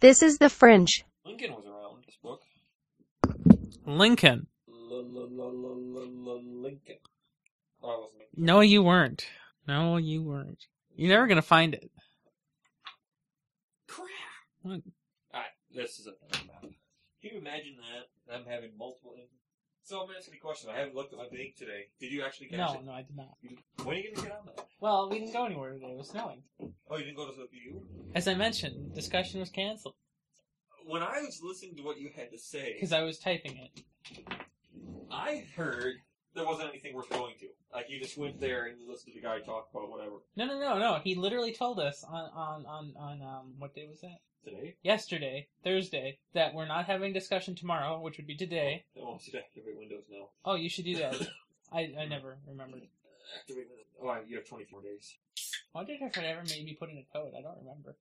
This is the fringe. Lincoln was around this book. Lincoln. Lincoln. Oh, that wasn't it. No, you weren't. No, you weren't. You're never gonna find it. Crap. What? Alright, this is another map. Can you imagine that? I'm having multiple. In- so I'm asking a question. I haven't looked at my bank today. Did you actually cash no, I did not. it? When are you going to get on that? Well, we didn't go anywhere today. It was snowing. Oh, you didn't go to the view? As I mentioned, discussion was canceled When I was listening to what you had to say, because I was typing it. I heard there wasn't anything worth going to. Like, you just went there and you listened to the guy talk about whatever. No, no, no, no. He literally told us on on on on um what day was that? Today? Yesterday, Thursday, that we're not having discussion tomorrow, which would be today. I want you to activate Windows now. Oh, you should do that. I I never remembered. Activate Windows. Oh, I- you have 24 days. Why did I ever made me put in a code? I don't remember.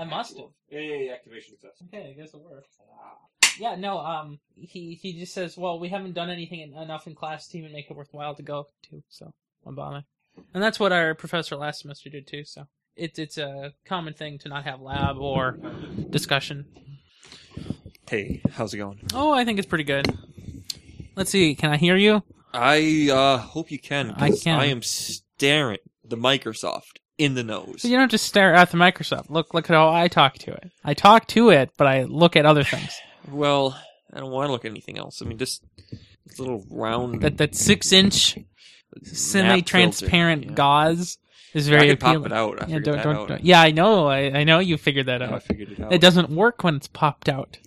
I must have. Yeah, yeah, yeah, activation success. Okay, I guess it worked. Ah. Yeah, no. Um, he he just says, "Well, we haven't done anything en- enough in class to even make it worthwhile to go to." So I'm bombing, and that's what our professor last semester did too. So it's it's a common thing to not have lab or discussion. Hey, how's it going? Oh, I think it's pretty good. Let's see. Can I hear you? I uh, hope you can. 'cause I can. I am staring the Microsoft in the nose. You don't have to stare at the Microsoft. Look look at how I talk to it. I talk to it, but I look at other things. Well, I don't want to look at anything else. I mean, just this little round. That that six inch semi transparent filter, yeah. gauze is very I could appealing. pop it out. I yeah, figured don't, that don't, out. don't- yeah, I know. I, I know you figured that I out. figured it out. It doesn't work when it's popped out.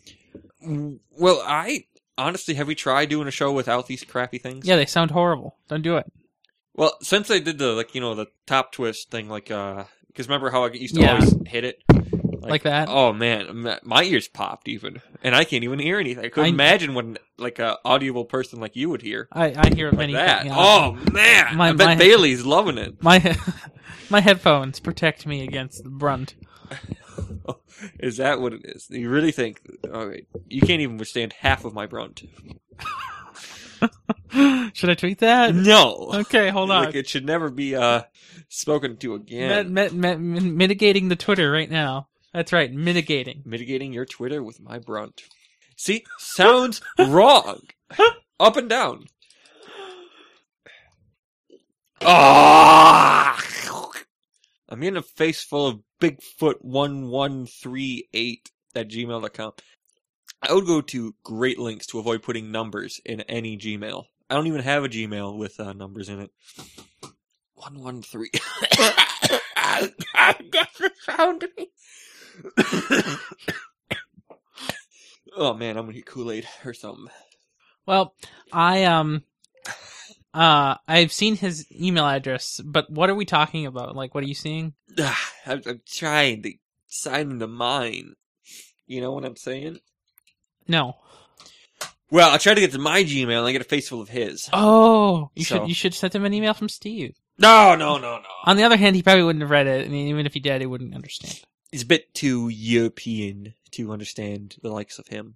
Well, I honestly have we tried doing a show without these crappy things? Yeah, they sound horrible. Don't do it. Well, since I did the like you know the top twist thing, like uh, because remember how I used to Yeah. always hit it Like that? Oh man, m- my ears popped even, and I can't even hear anything. I could I- imagine when like a audible person like you would hear I, I hear it like many that. times. Oh man, My- I bet my- Bailey's loving it. My my headphones protect me against the brunt. Is that what it is? You really think? All right, you can't even withstand half of my brunt. Should I tweet that? No. Okay, hold on. Like it should never be uh spoken to Mit- again. mit- mit- mit- mitigating the Twitter right now. That's right, mitigating. Mitigating your Twitter with my brunt. See, sounds wrong. Up and down. Ah! I'm getting a face full of Bigfoot1138 at gmail.com. I would go to great lengths to avoid putting numbers in any Gmail. I don't even have a Gmail with uh, numbers in it. 113. oh man, I'm gonna get Kool Aid or something. Well, I um uh I've seen his email address, but what are we talking about? Like what are you seeing? Ah, I'm, I'm trying to sign into mine. You know what I'm saying? No. Well, I tried to get to my Gmail and I get a face full of his. Oh, you So- should you should send him an email from Steve. No, no, no, no. On the other hand, he probably wouldn't have read it, and even if he did, he wouldn't understand. It's a bit too European to understand the likes of him.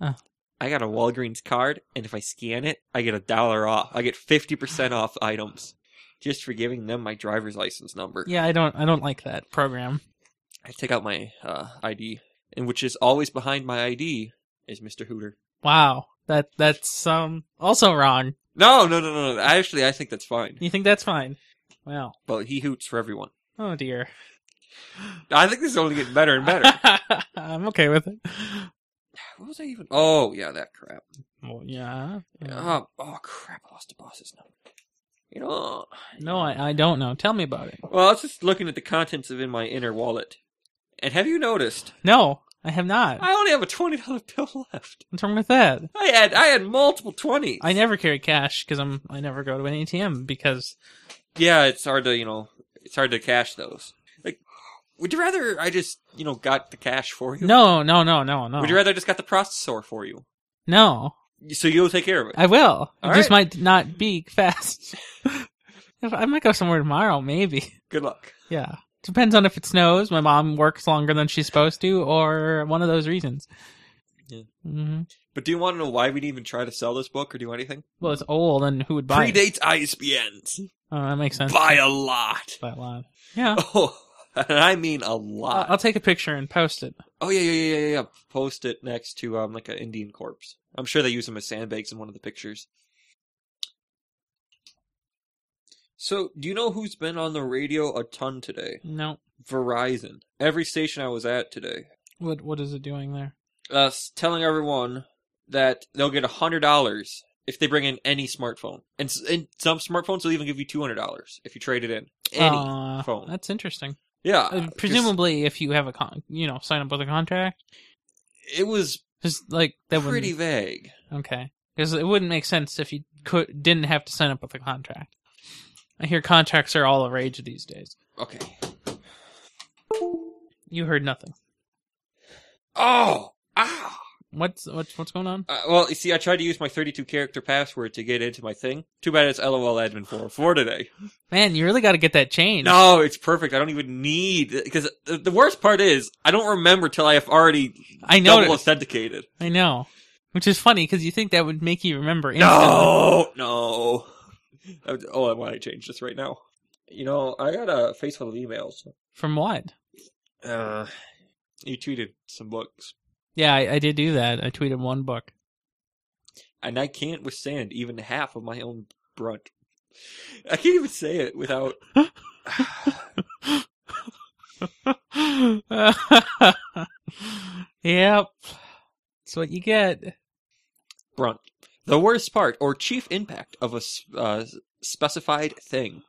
Oh. I got a Walgreens card, and if I scan it, I get a dollar off. I get 50% off items just for giving them my driver's license number. Yeah, I don't I don't like that program. I take out my uh, ID, and which is always behind my ID is Mr. Hooter. Wow. That that's um also wrong. No, no, no, no, no. Actually, I think that's fine. You think that's fine? Wow. But he hoots for everyone. Oh dear. I think this is only getting better and better. I'm okay with it. what was I even? Oh, yeah, that crap. Well, yeah. Oh, oh crap! I lost the boss's number. You know. No, I, I don't know. Tell me about it. Well, I was just looking at the contents of in my inner wallet, and have you noticed? No, I have not. I only have a twenty dollar bill left. What's wrong with that? I had I had multiple twenties. I never carry cash because I'm I never go to an ATM because Yeah, it's hard to you know, it's hard to cash those. Like, would you rather I just you know got the cash for you? no no no no no Would you rather I just got the processor for you? no So you'll take care of it. I will it All just might not be fast. If- I might go somewhere tomorrow maybe Good luck. yeah depends on if it snows my mom works longer than she's supposed to or one of those reasons Yeah. hmm But do you want to know why we didn't even try to sell this book or do anything? well it's old and who would buy it Predates ISBNs oh that makes sense by a lot. by a lot yeah Oh, and I mean a I'll, lot. I'll take a picture and post it. oh yeah, yeah, yeah, yeah, yeah. Post it next to um like an Indian corpse. I'm sure they use them as sandbags in one of the pictures. So, do you know who's been on the radio a ton today? No. Verizon. Every station I was at today, What what is it doing there? uh, s- telling everyone that they'll get hundred dollars if they bring in any smartphone, and, s- and some smartphones will even give you two hundred dollars if you trade it in. Any Uh, phone. That's interesting. yeah, Uh, 'cause presumably, if you have a con, you know, sign up with a contract, it was because like that pretty wouldn't vague. okay, because it wouldn't make sense if you could didn't have to sign up with a contract. I hear contracts are all the rage these days. Okay. You heard nothing. Oh, ah. What's what's what's going on? Uh, well, you see, I tried to use my 32 character password to get into my thing. Too bad it's LOL Admin 404 today. Man, you really got to get that changed. No, it's perfect. I don't even need because the worst part is I don't remember till I have already I double know. authenticated. I know. Which is funny because you think that would make you remember. instantly. No, no. I would- Oh, I want to change this right now. You know, I got a face full of emails. From what? Uh, you tweeted some books, Yeah, I, I did do that. I tweeted one book. and I can't withstand even half of my own brunt. I can't even say it without. yep. That's what you get. brunt. The worst part or chief impact of a s- uh, specified thing.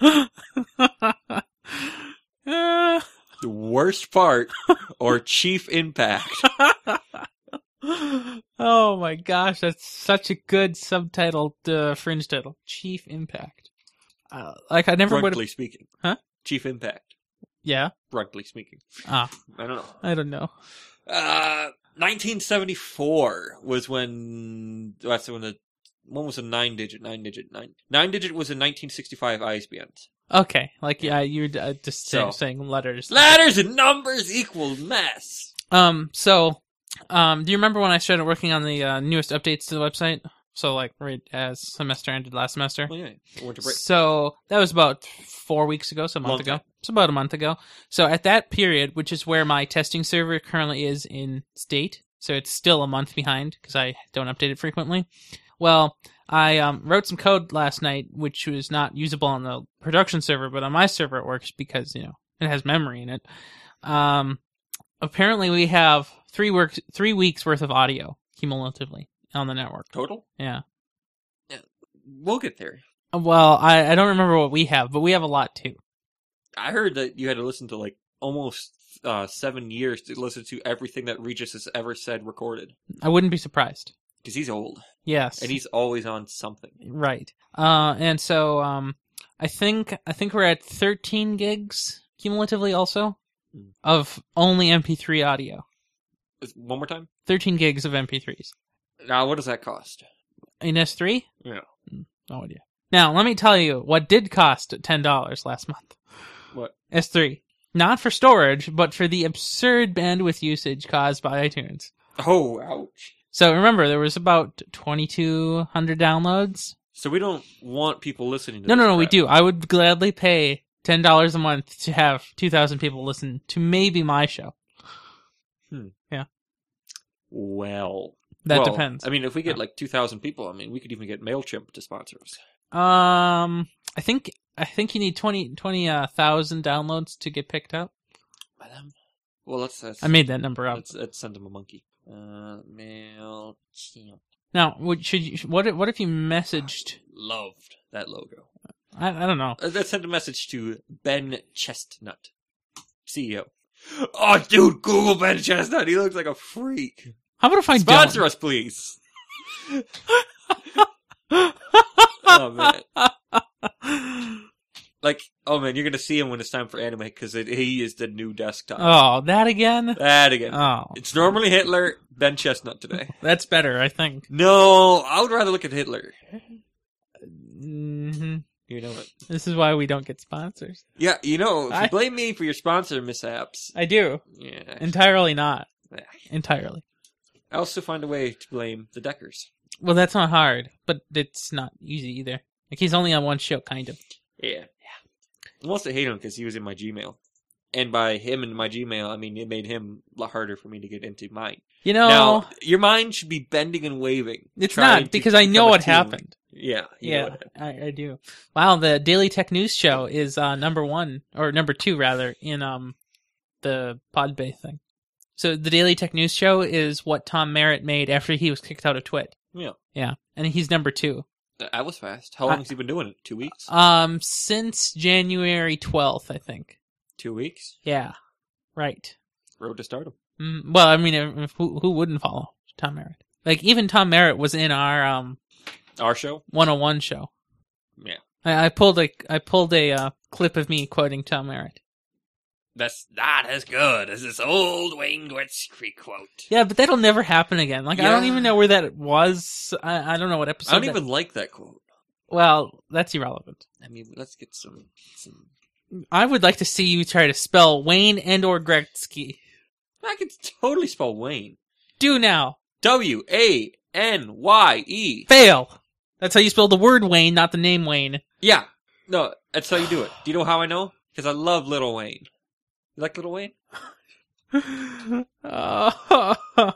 Uh, The worst part or chief impact. oh my gosh, that's such a good subtitle, uh, fringe title. Chief Impact. Uh, like I never would have. Bruntly speaking. Huh? Chief impact. Yeah, Bruntly speaking. Ah. I don't know. I don't know. Uh, 1974 was when that's when the one was a nine digit, nine digit, nine nine digit was in 1965 ISBN. Okay, like yeah, you're uh, just say- So. saying letters. Letters and numbers equal mess. Um, so, um, do you remember when I started working on the uh, newest updates to the website? So, like, right as semester ended last semester. Well, yeah, winter break. So that was about four weeks ago, so a month Long ago. time. It's about a month ago. So at that period, which is where my testing server currently is in state, so it's still a month behind because I don't update it frequently. Well, I um, wrote some code last night, which was not usable on the production server, but on my server it works because you know it has memory in it. Um, apparently, we have three works, three weeks worth of audio cumulatively on the network. Total. Yeah. Yeah. We'll get there. Well, I, I don't remember what we have, but we have a lot too. I heard that you had to listen to like almost uh, seven years to listen to everything that Regis has ever said recorded I wouldn't be surprised. because he's old Yes. and he's always on something. right. Uh, and so um, I think I think we're at 13 gigs cumulatively, also Mm. of only MP3 audio. One more time. 13 gigs of MP3s Now, what does that cost? in S3. Yeah. Mm, No idea. Now let me tell you what did cost ten dollars last month. What? S3, not for storage, but for the absurd bandwidth usage caused by iTunes. Oh, ouch. So remember, there was about 2,200 downloads So we don't want people listening to No, this no, no, we crap. do. I would gladly pay ten dollars a month to have two thousand people listen to maybe my show. Well, That well, depends. I mean, if we get Yeah. like 2,000 people, I mean, we could even get MailChimp to sponsor us. um, I think I think you need 20 20,000 downloads to get picked up. Madam? Well, let's, let's, I made that number up. let's, let's send them a monkey. Uh, MailChimp. Now, would, should you, what? if- What if you messaged? Loved that logo. I, I don't know. Uh, Let's send a message to Ben Chestnut, CEO. Oh, dude, Google Ben Chestnut. He looks like a freak. How about if I Sponsor us, please. Oh, man. don't? Like, oh, man, you're going to see him when it's time for anime because he is the new desktop. Oh, that again? That again. Oh, It's normally Hitler, Ben Chestnut today. that's better, I think. No, I would rather look at Hitler. hmm You know it. This is why we don't get sponsors. Yeah, you know, if you I- blame me for your sponsor mishaps, I do yeah. entirely not entirely. I also find a way to blame the Deckers. Well, that's not hard, but it's not easy either. Like he's only on one show, kind of. Yeah. I must hate him because he was in my Gmail. And by him and my Gmail, I mean it made him a lot harder for me to get into mine. You know, Now, your mind should be bending and waving. it's trying not to because I become know a what team. happened. Yeah, you know what Yeah, happened. I, I do. Wow, the Daily Tech News Show is uh, number one or number two rather in um the Podbay thing. So the Daily Tech News Show is what Tom Merritt made after he was kicked out of Twit. Yeah. yeah, and he's number two. That- That was fast. How long has he been doing it? Two weeks? Um, since January twelfth, I think. Two weeks? Yeah, right. Road to stardom. Mm, well, I mean, if, who who wouldn't follow Tom Merritt? Like even Tom Merritt was in our um Our show? 101 show. Yeah. I, I pulled a I pulled a uh, clip of me quoting Tom Merritt. That's not as good as this old Wayne Gretzky quote. Yeah, but that'll never happen again. Like I don't Yeah. even know where that was. I, I don't know what episode. I don't that- even like that quote. Well, that's irrelevant. I mean, let's get some. some... I would like to see you try to spell Wayne and or Gretzky. I can totally spell Wayne. Do now. W A N Y E. Fail. That's how you spell the word Wayne, not the name Wayne. Yeah. No, that's how you do it. Do you know how I know? Because I love Little Wayne. You like Little Wayne? Oh, uh,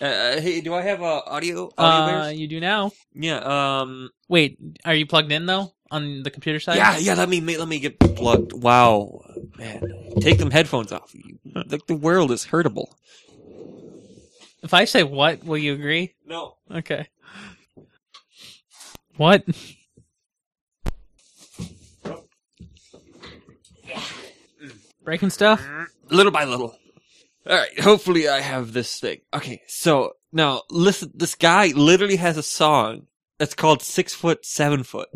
Uh, hey, do I have uh, audio? audio bears? you do now. Yeah. Um. Wait, are you plugged in though on the computer side? Yeah. Yeah. Let me ma- let me get plugged. Wow, man. Take them headphones off. You- Like the world is hurtable. If I say what, will you agree? No. Okay. What? Breaking stuff? Little by little. All right. Hopefully, I have this thing. Okay. So now listen. This guy literally has a song that's called Six Foot Seven Foot.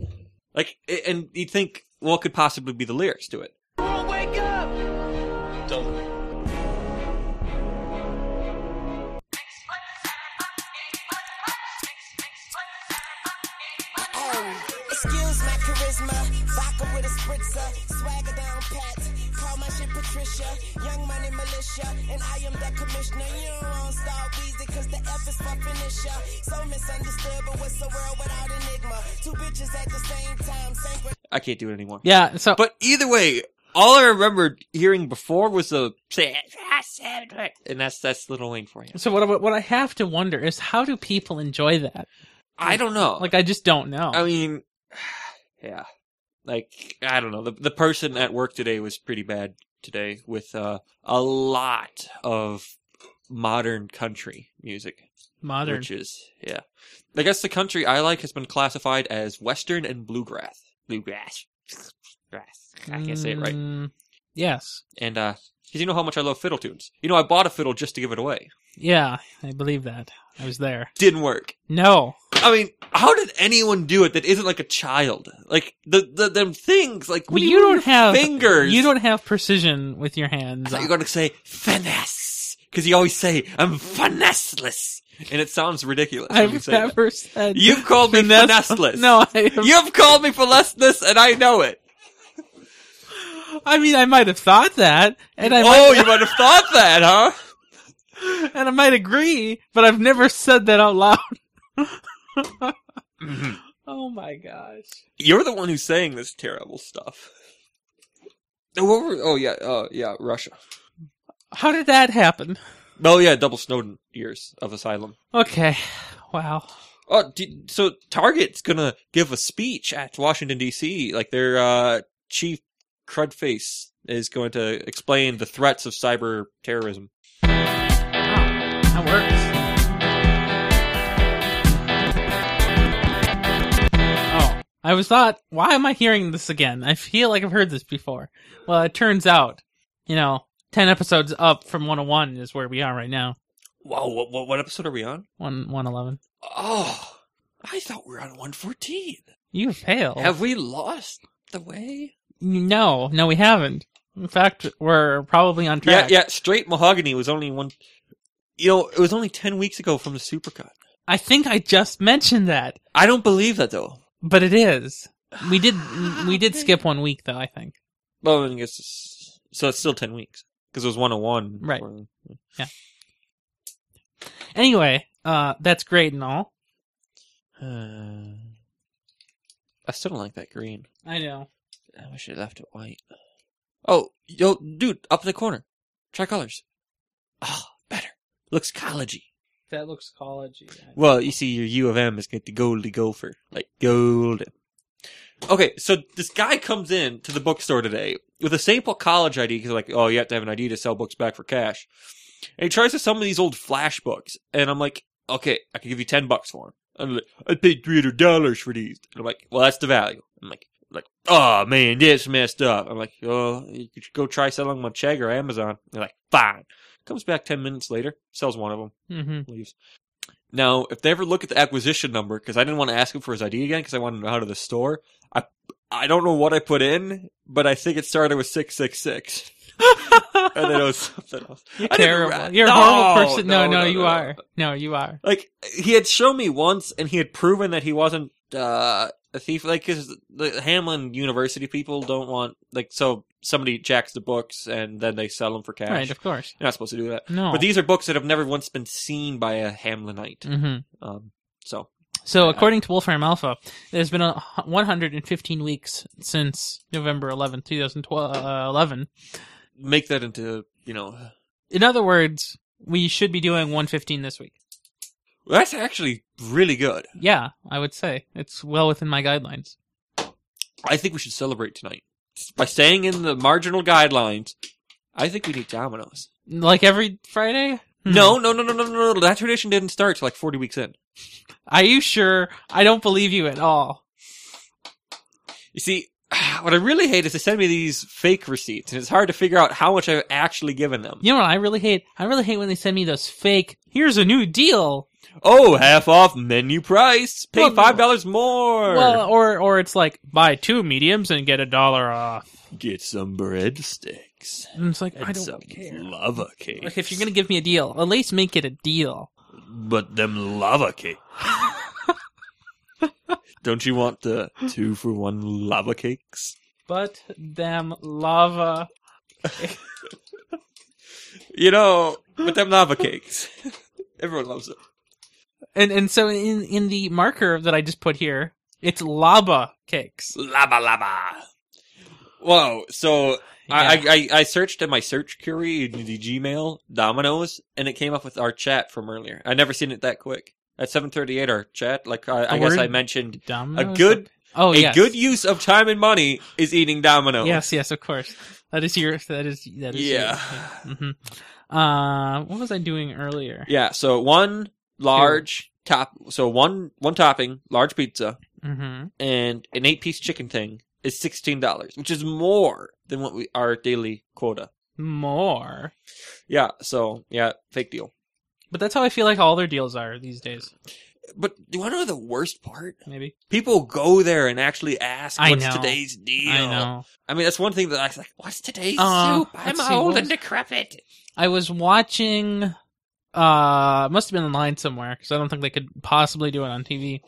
Like, a- and you'd think what could possibly be the lyrics to it? wake up! Don't. Oh, excuse my charisma. Vodka with a spritzer. Swagger down pat. Call my shit Patricia. Young money militia. And I am the commissioner. You don't want star Weezy because the F is for finisher. So misunderstood, but what's the world without enigma? Two bitches at the same time. Same I can't do it anymore. Yeah, so But either way, all I remembered hearing before was the and that's that's Little Wayne for you. so what I- what I have to wonder is how do people enjoy that? I don't know. Like I just don't know. I mean, yeah. Like I don't know. The the person at work today was pretty bad today with uh, a lot of modern country music, Modern. which is yeah. I guess the country I like has been classified as Western and bluegrass. Bluegrass. Grass. I can't say it right. Mm, yes. And uh, because you know how much I love fiddle tunes. You know I bought a fiddle just to give it away. Yeah, I believe that. I was there. Didn't work. No. I mean, how did anyone do it that isn't like a child? Like the the them things. Like what Well, do you do don't with your have- fingers. You don't have precision with your hands. I thought you were gonna say finesse because you always say I'm finesseless, and it sounds ridiculous. when you I've say never said that. You've called me finesse- finesseless. No, I have you've called me finesseless, and I know it. I mean, I might have thought that, and I oh, you might have thought that, huh? might, and I might agree, but I've never said that out loud. Oh my gosh! You're the one who's saying this terrible stuff. Oh, what were- oh yeah, uh, yeah, Russia. How did that happen? Oh yeah, double Snowden years of asylum. Okay, wow. Oh, d- so Target's gonna give a speech at Washington D.C. Like their uh, chief crudface is going to explain the threats of cyber terrorism. That works. Oh, I was thought, why am I hearing this again? I feel like I've heard this before. Well, it turns out, you know, ten episodes up from 101 is where we are right now. Wow, what, what, what episode are we on? One 111. Oh, I thought we were on 114. You failed. Have we lost the way? No, no, we haven't. In fact, we're probably on track. Yeah, yeah. Straight mahogany was only one. You know, it was only ten weeks ago from the supercut. I think I just mentioned that, I don't believe that though. but it is. We did, we did skip one week though. I think. Well, I guess it's, so. It's still ten weeks because it was 101. Right. Or- Anyway, uh, that's great and all. Uh, I still don't like that green. I know. I wish it left it white. Oh, yo, dude, up in the corner. Try colors. Oh, better. Looks collegey. That looks college. yeah. Well, you see, your U of M is get the goldy gopher, like golden. Okay, so this guy comes in to the bookstore today with a sample college ID because, like, oh, you have to have an ID to sell books back for cash. And he tries to sell me these old flash books, and I'm like, okay, I can give you ten bucks for them. And i like, I paid three hundred dollars for these. And I'm like, well, that's the value. I'm like, like, oh man, that's messed up. I'm like, oh, you should go try selling them on Chegg or Amazon. They're like, fine. Comes back ten minutes later, sells one of them Mhm. leaves. Now, if they ever look at the acquisition number, because I didn't want to ask him for his ID again, because I wanted to know how to the store. I I don't know what I put in, but I think it started with six six six, and then it was something else. You're I didn't terrible. ra- You're a No, horrible person. No, no, no, no, you no. are. No, you are. Like he had shown me once, and he had proven that he wasn't uh, a thief. Like because the Hamlin University people don't want like so somebody jacks the books and then they sell them for cash. Right, of course. You're not supposed to do that. No. But these are books that have never once been seen by a Hamlinite. hmm Um, so So, Yeah. according to Wolfram Alpha, there's been a h- 115 weeks since November 11th, 2011. make that into you know In other words, we should be doing 115 this week. that's actually really good. Yeah, I would say it's well within my guidelines. I think we should celebrate tonight by staying in the marginal guidelines. I think we need Domino's. Like every Friday? Hmm. No, no, no, no, no, no, no. That tradition didn't start till like forty weeks in. Are you sure? I don't believe you at all. You see, what I really hate is they send me these fake receipts, and it's hard to figure out how much I've actually given them. You know what I really hate? I really hate when they send me those fake, here's a new deal. Oh, half off menu price. Pay Well, five dollars more. Well, or, or it's like, buy two mediums and get a dollar off. Get some breadsticks. And it's like, And I don't some care. lava cake. Like, if you're gonna give me a deal, at least make it a deal. But them lava cake. Don't you want the two for one lava cakes? But them lava. You know, but them lava cakes. Everyone loves it. And and so in in the marker that I just put here, it's lava cakes. Lava lava. Whoa, so I I, I, I searched in my search query in the Gmail, Domino's, and it came up with our chat from earlier. I never seen it that quick. At 7.38, our chat, like, I, I The guess word? I mentioned a Dominoes? good, Oh a yes. good use of time and money is eating Domino's. Yes, yes, of course. That is your. That is that is. Yeah. hmm Uh, what was I doing earlier? Yeah, so one large top so one one topping, large pizza, Mm-hmm. and an eight piece chicken thing is sixteen dollars, which is more than what we our daily quota. More. Yeah, so yeah, fake deal. But that's how I feel like all their deals are these days. But do you wanna know the worst part? Maybe People go there and actually ask I what's know. today's deal. I know. I mean that's one thing that I was like, What's today's Uh, soup? I'm let's see, old what and was- decrepit. I was watching. Uh, it must have been online somewhere because I don't think they could possibly do it on TV.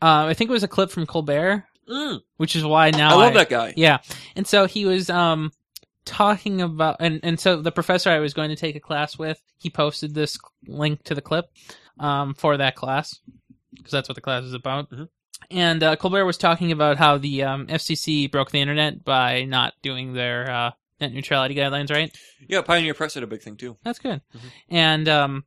Uh, I think it was a clip from Colbert, Mm, which is why now I love that guy. Oh, Yeah. And so he was um talking about and and so the professor I was going to take a class with, he posted this link to the clip um for that class because that's what the class is about. Mhm. And uh, Colbert was talking about how the um, FCC broke the internet by not doing their uh, net neutrality guidelines right. Yeah, Pioneer Press had a big thing too. That's good. Mhm. And um,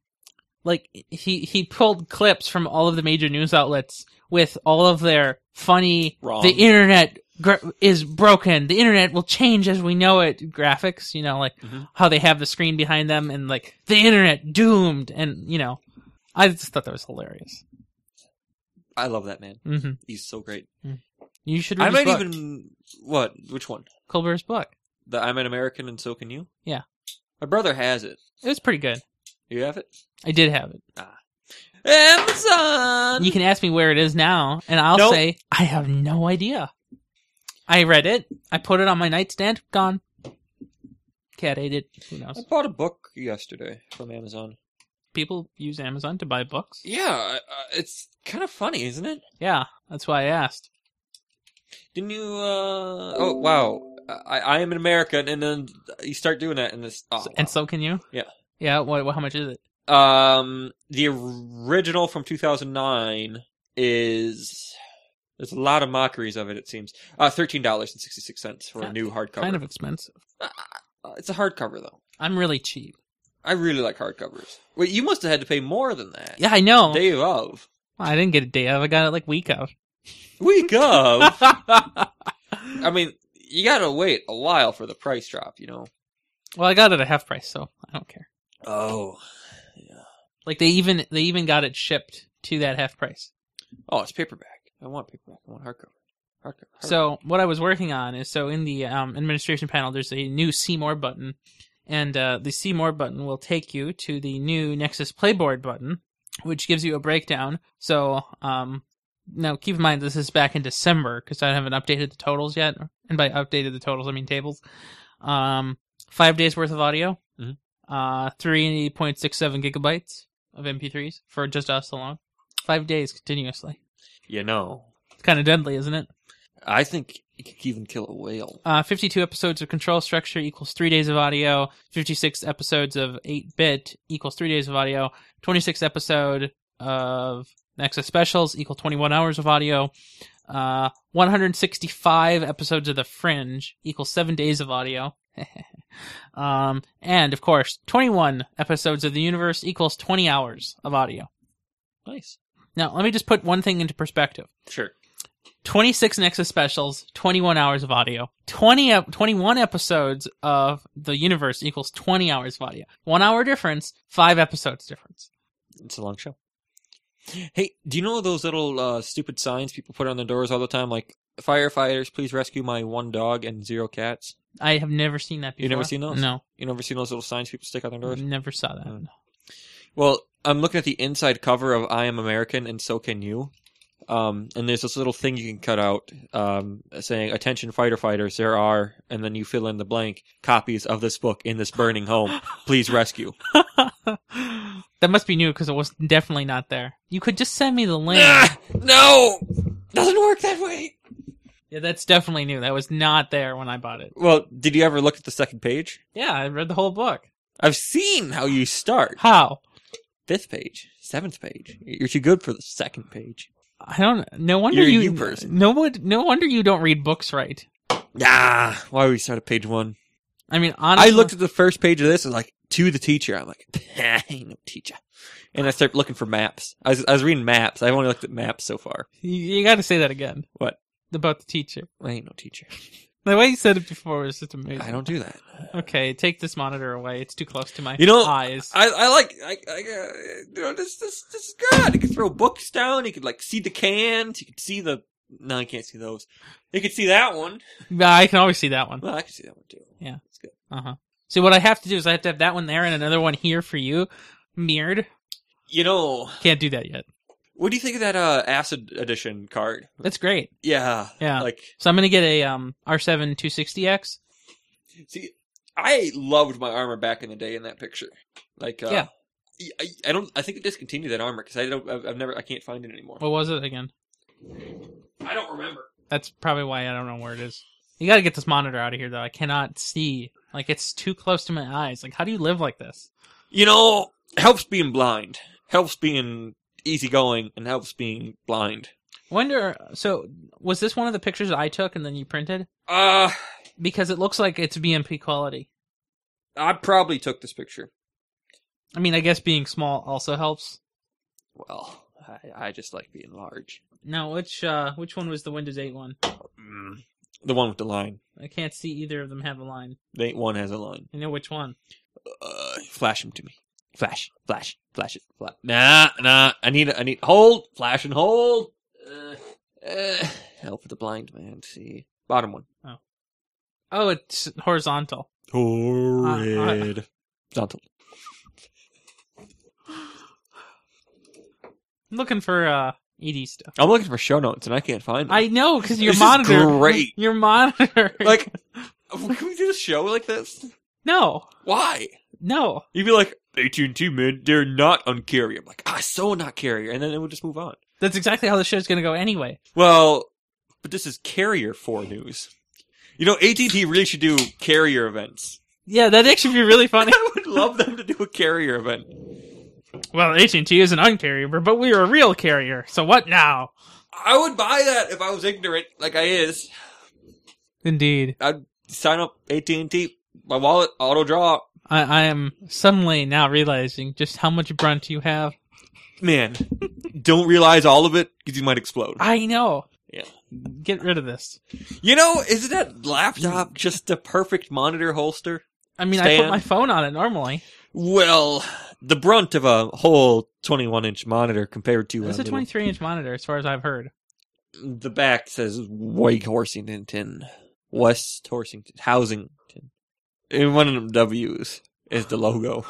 like he he pulled clips from all of the major news outlets with all of their funny Wrong. the internet gr- is broken. The internet will change as we know it graphics, you know, like Mhm. how they have the screen behind them and like the internet doomed and you know, I just thought that was hilarious. I love that man. hmm He's so great. You should read I his might book. even what? Which one? Colbert's book. The I'm an American and so can you? Yeah. My brother has it. It was pretty good. You have it? I did have it. Amazon! You can ask me where it is now, and I'll Nope. say I have no idea. I read it. I put it on my nightstand. Gone. Cat ate it. Who I knows? bought a book yesterday from Amazon. People use Amazon to buy books. Yeah, uh, it's kind of funny, isn't it? Yeah, that's why I asked. Didn't you, uh. Oh, wow. I, I am an American, and then you start doing that, and this. Oh, And so can you? Yeah. Yeah. What? what how much is it? wow. Um, the original from 2009 is There's a lot of mockeries of it. It seems uh, thirteen dollars and sixty six cents for a new hardcover. Kind of expensive. Uh, it's a hardcover though. I'm really cheap. I really like hardcovers. Wait, you must have had to pay more than that. Yeah, I know. Day of Well, I didn't get a day of. I got it like week of. week of. I mean, you gotta wait a while for the price drop. You know. well, I got it at half price, so I don't care. Oh. Like they even they even got it shipped to that half price. Oh, it's paperback. I want paperback. I want hardcover. Hardcover. hardcover. So what I was working on is so in the um, administration panel, there's a new See More button, and uh, the See More button will take you to the new Nexus Playboard button, which gives you a breakdown. So um, now keep in mind this is back in December because I haven't updated the totals yet, and by updated the totals I mean tables. Um, five days worth of audio, Mhm. uh, three point six seven gigabytes of MP3s for just us alone. Five days continuously. you know, It's kind of deadly, isn't it? I think you could even kill a whale. Uh, 52 episodes of control structure equals three days of audio. 56 episodes of 8 bit equals three days of audio. 26 episode of Nexus specials equal 21 hours of audio. Uh, 165 episodes of The Fringe equals seven days of audio. um, and of course, 21 episodes of The Universe equals 20 hours of audio. Nice. Now, let me just put one thing into perspective. Sure. 26 Nexus specials, 21 hours of audio. 20 ep- 21 episodes of The Universe equals 20 hours of audio. 1 hour difference, 5 episodes difference. It's a long show. Hey, do you know those little uh, stupid signs people put on their doors all the time, like firefighters, please rescue my one dog and zero cats? I have never seen that before. You never seen those? No. You never seen those little signs people stick on their doors? Never saw that. Mm. Well, I'm looking at the inside cover of I Am American and So Can You. Um, and there's this little thing you can cut out um, saying, Attention, fighter fighters, there are, and then you fill in the blank copies of this book in this burning home. Please rescue. Mm. that must be new because it was definitely not there. You could just send me the link. Ah, no! Doesn't work that way! yeah, that's definitely new. That was not there when I bought it. Well, did you ever look at the second page? Yeah, I read the whole book. I've seen how you start. How? Fifth page, seventh page. You're too good for the second page. I don't. No wonder You're a you. you person. No, one- no wonder you don't read books right. Nah, why would we start at page one? I mean, honestly, I looked at the first page of this and like to the teacher. I'm like, ain't no teacher. And I start looking for maps. I was, I was reading maps. I've only looked at maps so far. You, you got to say that again. What? about the teacher? I ain't no teacher. The way you said it before was just amazing. I don't do that. Okay, take this monitor away. It's too close to my You know, eyes. I, I like I, I uh, you know this this this is good. He could throw books down. He could like see the cans. He could see the no, I can't see those. He could see that one. Nah, I can always see that one. Well, I can see that one too. Yeah. that's good. See, what I have to do is I have to have that one there and another one here for you, mirrored. You know, Can't do that yet. what do you think of that uh acid edition card? That's great. Yeah, Yeah. like So I'm gonna get a um R7 260X. see, I loved my armor back in the day in that picture. Like, uh, Yeah. I, I don't. I think they discontinued that armor because I don't. I've, I've never. I can't find it anymore. What was it again? I don't remember. That's probably why I don't know where it is. You got to get this monitor out of here, though. I cannot see. Like it's too close to my eyes. Like how do you live like this? You know, helps being blind. Helps being easygoing and helps being blind. Wonder. So was this one of the pictures that I took and then you printed? Uh, Because it looks like it's BMP quality. I probably took this picture. I mean, I guess being small also helps. Well, I, I just like being large. Now, which uh, which one was the Windows 8 one? Mm. The one with the line. I can't see either of them have a line. The eight one has a line. I know which one. Uh, flash him to me. Flash, flash, flash it. Flash. Nah, nah. I need, I need. Hold, flash and hold. Uh, uh, help the blind man. See bottom one. Oh, it's horizontal. Horrid. Horizontal. I'm looking for uh, ED stuff. I'm looking for show notes and I can't find them. I know because your This is monitor. great. Your monitor. like. Can we do a show like this? no, Why? no. You'd be like, AT&T, man, they're not on carrier. I'm like, ah, so not carrier. And then it would just move on. That's exactly how the show's gonna go anyway. Well, but this is carrier for news. You know, AT&T really should do carrier events. Yeah, that'd actually be really funny. I would love them to do a carrier event. well, AT&T is an uncarrier, but we are a real carrier. So what now? I would buy that if I was ignorant, like I is. Indeed. I'd sign up AT and T. My wallet auto draw. I, I am suddenly now realizing just how much brunt you have. Man, don't realize all of it because you might explode. I know. Yeah. Get rid of this. You know, isn't that laptop just the perfect monitor holster? I mean, I Stan. put my phone on it normally. Well, the brunt of a whole 21 inch monitor compared to uh, It's a little- 23 inch monitor, as far as I've heard. The back says Wake Horsington, West Horsington, Housington. And one of them W's is the logo.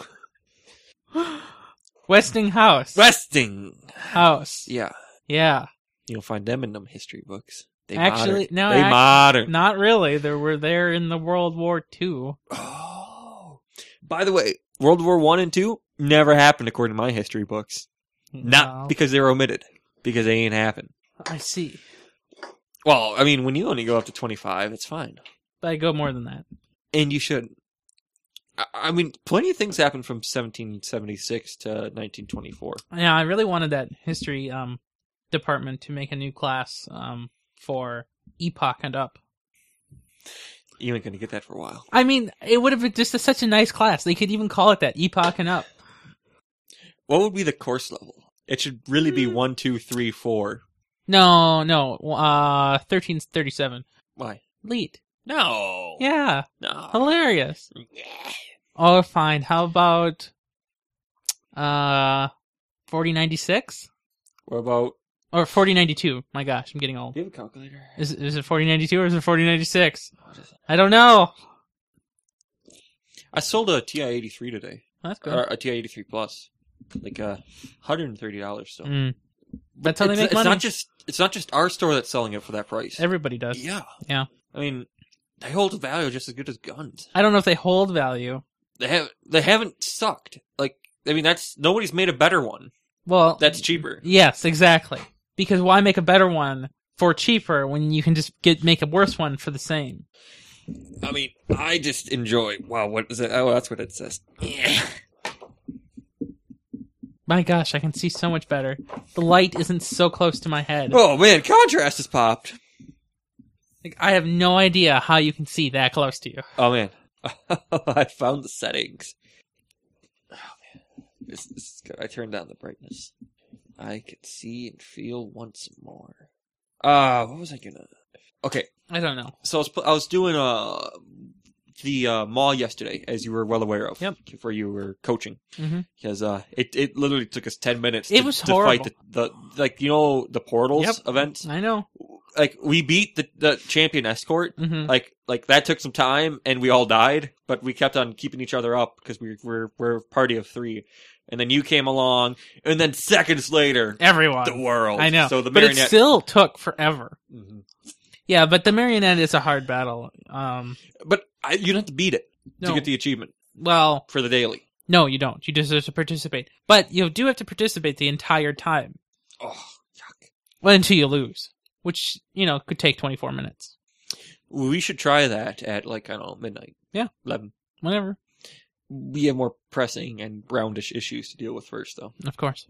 Westinghouse Resting. House. Yeah, Yeah. you'll find them in them history books. They Actually, modern. no, they actu- modern. Not really. They were there in the World War II. Oh, by the way, World War One and Two never happened according to my history books. Not No. because they were omitted, because they ain't happened. I see. Well, I mean, when you only go up to twenty five, it's fine, But I go more than that. and you should. I, I mean, plenty of things happened from seventeen seventy six to nineteen twenty four. Yeah, I really wanted that history um, department to make a new class um, for Epoch and Up. You ain't gonna get that for a while. I mean, it would have been just a, such a nice class. They could even call it that, Epoch and Up. What would be the course level? It should really be Hmm. one, two, three, four. No, no, uh, thirteen thirty-seven. Why? Leet. No. Yeah, No. hilarious. Oh, fine. How about uh, forty ninety-six What about? or forty ninety-two? My gosh, I'm getting old. Do you have a calculator? Is is it forty ninety-two or is it forty ninety-six? I don't know. I sold a Ti eighty three today. That's good. or a Ti eighty three plus, like uh, hundred and thirty dollars. So Mm. That's how they it's, make it's money. not just it's not just our store that's selling it for that price. Everybody does. yeah, Yeah. I mean, they hold value just as good as guns. I don't know if they hold value. They have they haven't sucked. Like I mean, that's nobody's made a better one Well, that's cheaper. yes, exactly. Because why make a better one for cheaper when you can just get make a worse one for the same? I mean, I just enjoy. Wow, what is it? Oh, that's what it says. Yeah. My gosh, I can see so much better. The light isn't so close to my head. Oh man, contrast has popped. Like, I have no idea how you can see that close to you. Oh man, I found the settings. Oh man, this, this is good. I turned down the brightness. I can see and feel once more. Uh, what was I gonna? Okay, I don't know. so I was pl- I was doing uh the uh, mall yesterday, as you were well aware of. Yep. Before you were coaching, Mhm. because uh, it it literally took us ten minutes. It to, was to fight horrible. the, the like you know the portals Yep. events. I know. Like we beat the the champion escort hmm like like that took some time and we all died but we kept on keeping each other up because we we're we're a party of three and then you came along and then seconds later Everyone. the world I know. so the but it marionette still took forever. Mhm. Yeah, but the marionette is a hard battle. Um, but I, you don't have to beat it to No. get the achievement well, for the daily No, you don't. You deserve to participate. But you do have to participate the entire time. oh yuck Well, until you lose, which, you know, could take 24 minutes. we should try that at like I don't know midnight Yeah. 11 Whatever. we have more pressing and roundish issues to deal with first though Of course.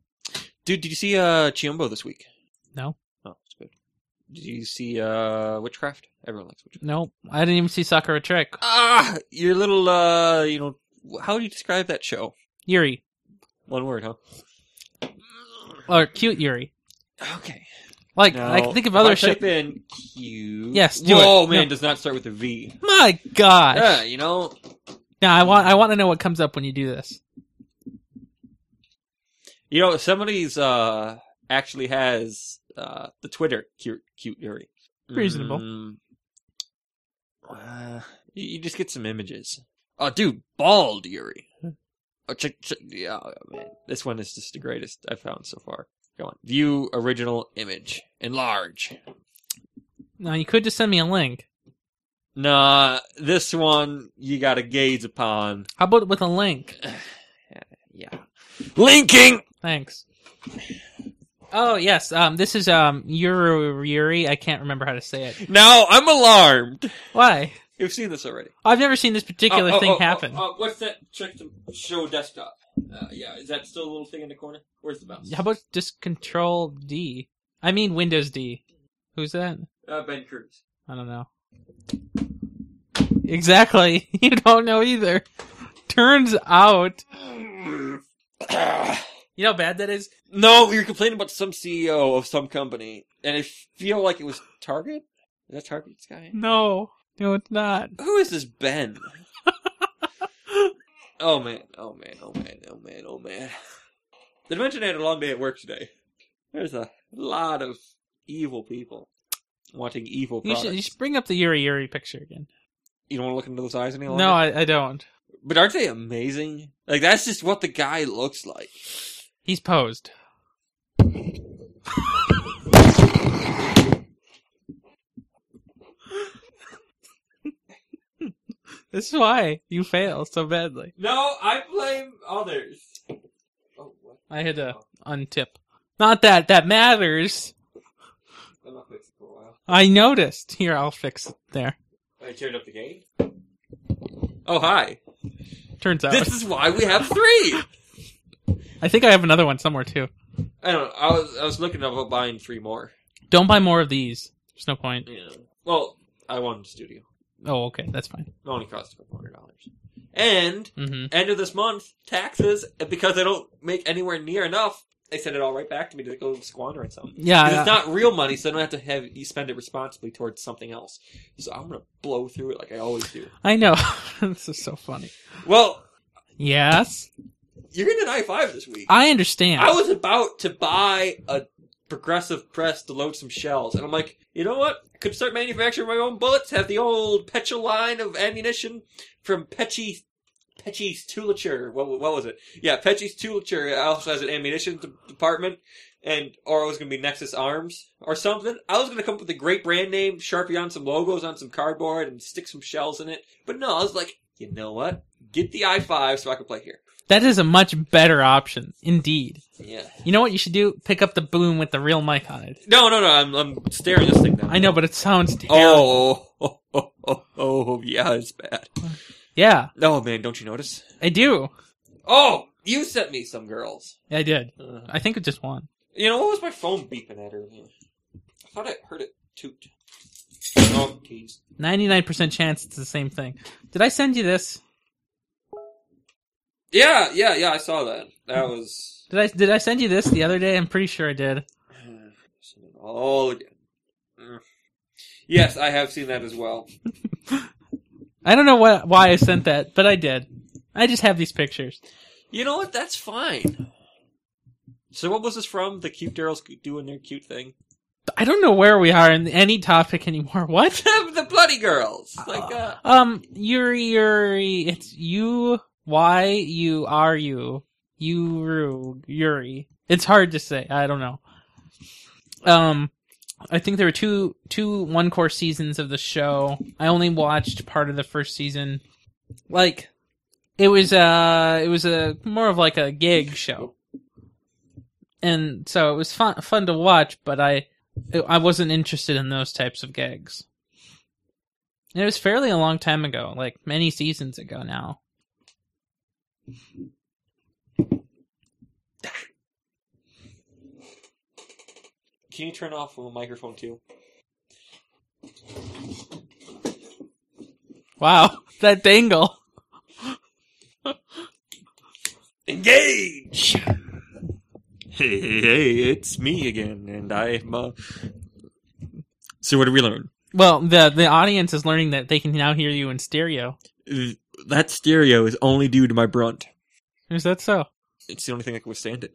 dude did you see uh Chiumbo this week No. oh that's good did you see uh witchcraft everyone likes witchcraft Nope. I didn't even see Sakura Trick. Ah, your little, uh, you know, how do you describe that show? Yuri. One word, huh? Or cute Yuri. Okay. Like, I can think of other shit. shit. Type in cute. Yes, do Whoa, it. man, No. does not start with a V. My gosh. Yeah, you know, Now, I want, I want to know what comes up when you do this. you know, somebody's uh actually has uh the Twitter cute cute Yuri. Reasonable. Mm. Uh, you, you just get some images. Oh, dude, bald Yuri. Oh, check, check, yeah, oh, man, this one is just the greatest I've found so far. Go on, view original image, enlarge. Now, you could just send me a link. Nah, this one you got to gaze upon. How about with a link? Yeah, linking. Thanks. Oh, yes. Um, this is, um, Yuri Yuri. I can't remember how to say it. Now I'm alarmed. Why? You've seen this already. I've never seen this particular Oh, oh, thing oh, happen. oh, oh, what's that trick to show desktop? Uh, yeah, is that still a little thing in the corner? Where's the mouse? How about just Control D? I mean Windows D. Who's that? Uh, ben Cruz. I don't know. Exactly. You don't know either. Turns out. You know how bad that is? no, you're complaining about some CEO of some company, and I feel like it was Target. Is that Target's guy? No. No, it's not. Who is this Ben? oh man! Oh man! Oh man! Oh man! Oh man! Did I mention I had a long day at work today? There's a lot of evil people wanting evil You products. should, You, you should bring up the Yuri Yuri picture again. don't want to look into those eyes any longer. No, I, I don't. but aren't they amazing? Like that's just what the guy looks like. He's posed. this is why you fail so badly. No, I blame others. Oh, what? I had to untip. Not that that matters. I'm not fixing for a while. I noticed. Here, I'll fix it there. I turned up the game. Oh hi! Turns out. This is why we have three. I think I have another one somewhere too. I don't. Know, I was I was looking about buying three more. Don't buy more of these. There's no point. Yeah. Well, I wanted a studio. Oh, okay. That's fine. It only cost a couple hundred dollars. And hmm end of this month, taxes because I don't make anywhere near enough. They send it all right back to me to go squander on something. 'Cause Yeah. it's not real money, so I don't have to have you spend it responsibly towards something else. So I'm gonna blow through it like I always do. I know. this is so funny. Well, Yes. you're getting an i5 this week. I understand. I was about to buy a progressive press to load some shells, and I'm like, you know what? I could start manufacturing my own bullets, have the old Pecha line of ammunition from Pechy. Pechy's Tulature. What, what was it? Yeah, Pechy's Tulature also has an ammunition de- department, and or it was going to be Nexus Arms or something. I was going to come up with a great brand name, sharpie on some logos on some cardboard, and stick some shells in it. But no, I was like, you know what? Get the i5 so I can play here. that is a much better option, indeed. Yeah. You know what you should do? Pick up the boom with the real mic on it. No, no, no. I'm, I'm staring this thing down. I know, but it sounds terrible. Oh, oh, oh, oh, oh, yeah, it's bad. Yeah, No, man, don't you notice? I do. Oh, you sent me some girls. I did. Uh, I think it just one. you know, what was my phone beeping at earlier? I thought I heard it toot. Oh, geez. 99% chance it's the same thing. Did I send you this? Yeah, yeah, yeah, I saw that. That was. Did I did I send you this the other day? I'm pretty sure I did. Oh, yeah. yes, I have seen that as well. I don't know what why I sent that, but I did. I just have these pictures. You know what? That's fine. So, what was this from? The cute girls doing their cute thing? I don't know where we are in any topic anymore. What? the bloody girls. Like, uh, Um, Yuri Yuri. It's U Y U R U Yuru Yuri. It's hard to say. I don't know. Um, I think there were two two one course seasons of the show. I only watched part of the first season. Like, it was uh it was a more of like a gig show, and so it was fun fun to watch. But I I wasn't interested in those types of gigs. And It was fairly a long time ago, like many seasons ago now. can you turn off the microphone too? Wow, that dangle. Engage. Hey, hey, hey, it's me again, and I'm. Uh... So, what did we learn? Well, the the audience is learning that they can now hear you in stereo. Uh, That stereo is only due to my brunt. Is that so? It's the only thing that can withstand it.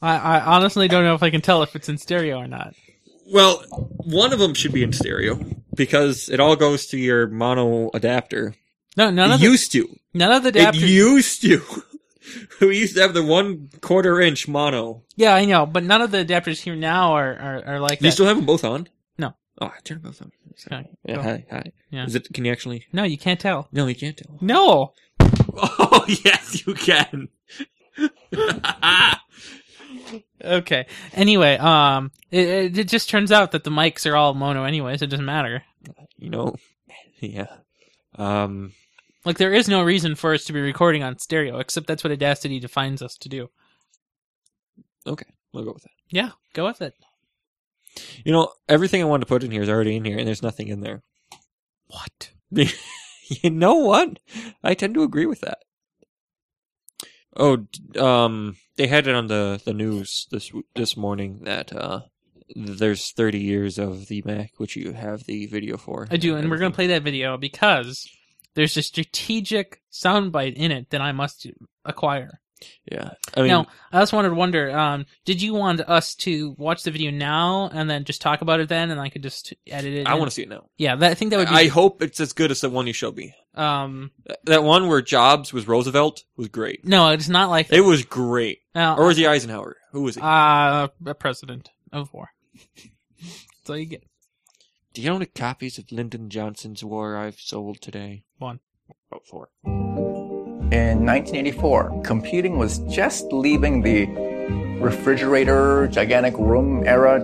I, I honestly don't know if I can tell if it's in stereo or not. Well, one of them should be in stereo because it all goes to your mono adapter. No, none it of the, used to. none of the It adapters. used to. we used to have the one quarter inch mono. yeah, I know, but none of the adapters here now are are, are like Do you that. still have them both on? No. Oh, I turned them both on. Okay, Yeah, go. hi, hi. Yeah. Is it? Can you actually? No, you can't tell. No, you can't tell. No, Oh yes, you can. okay. Anyway, um, it, it, it just turns out that the mics are all mono, anyways. It doesn't matter. you know, yeah. Um, Like there is no reason for us to be recording on stereo, except that's what Audacity defines us to do. we'll go with that. Yeah, go with it. You know, everything I wanted to put in here is already in here, and there's nothing in there. What? you know what? I tend to agree with that. Oh, d- um, they had it on the, the news this w- this morning that uh, there's 30 years of the Mac, which you have the video for. I do, and we're gonna play that video because there's a strategic soundbite in it that I must acquire. Yeah, I mean, now, I also wanted to wonder, um, did you want us to watch the video now and then just talk about it then, and I could just edit it? I want to see it now. Yeah, Oh, that, I think that would I be. hope it's as good as the one you showed me. um, Th- That one where Jobs was Roosevelt was great. no, it's not like It was great. now, Or was he Eisenhower? Who was he? uh, a president of war. That's all you get. Do you know how many copies of Lyndon Johnson's War I've sold today? One. About four. In 1984, computing was just leaving the refrigerator, gigantic room era.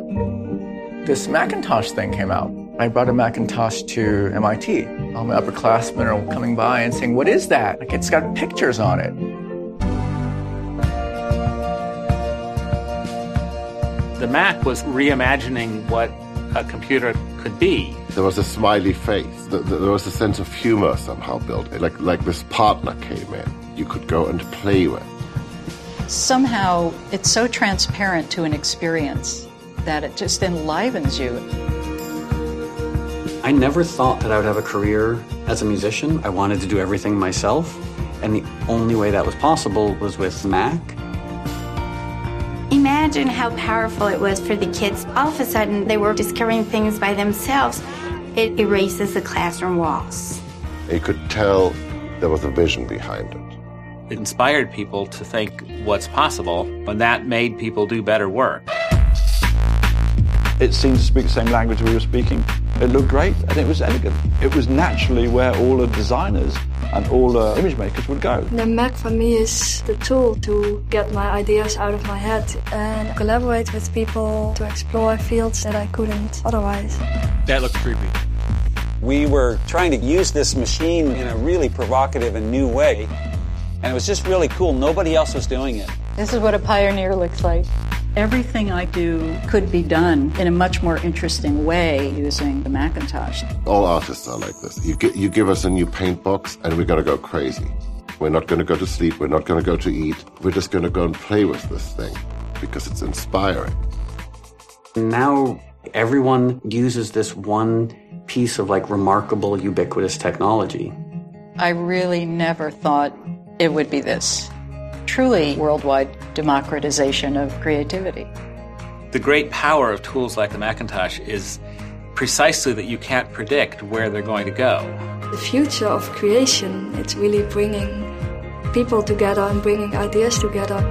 This Macintosh thing came out. I brought a Macintosh to MIT. All my upperclassmen are coming by and saying, What is that? Like, it's got pictures on it. The Mac was reimagining what a computer could be. There was a smiley face. Th- th- There was a sense of humor somehow built in. Like, like this partner came in, you could go and play with. somehow it's so transparent to an experience that it just enlivens you. I never thought that I would have a career as a musician. I wanted to do everything myself, and the only way that was possible was with Mac. Imagine how powerful it was for the kids. All of a sudden, they were discovering things by themselves. It erases the classroom walls. You could tell there was a vision behind it. It inspired people to think what's possible, and that made people do better work. It seemed to speak the same language we were speaking. It looked great and it was elegant. It was naturally where all the designers and all the image makers would go. The Mac for me is the tool to get my ideas out of my head and collaborate with people to explore fields that I couldn't otherwise. That looked creepy. We were trying to use this machine in a really provocative and new way, and it was just really cool. Nobody else was doing it. This is what a pioneer looks like. Everything I do could be done in a much more interesting way using the Macintosh. All artists are like this. You, gi- you give us a new paint box, and we're going to go crazy. We're not going to go to sleep. We're not going to go to eat. We're just going to go and play with this thing because it's inspiring. Now everyone uses this one piece of like remarkable, ubiquitous technology. I really never thought it would be this. Truly worldwide democratization of creativity. The great power of tools like the Macintosh is precisely that you can't predict where they're going to go. The future of creation, it's really bringing people together and bringing ideas together.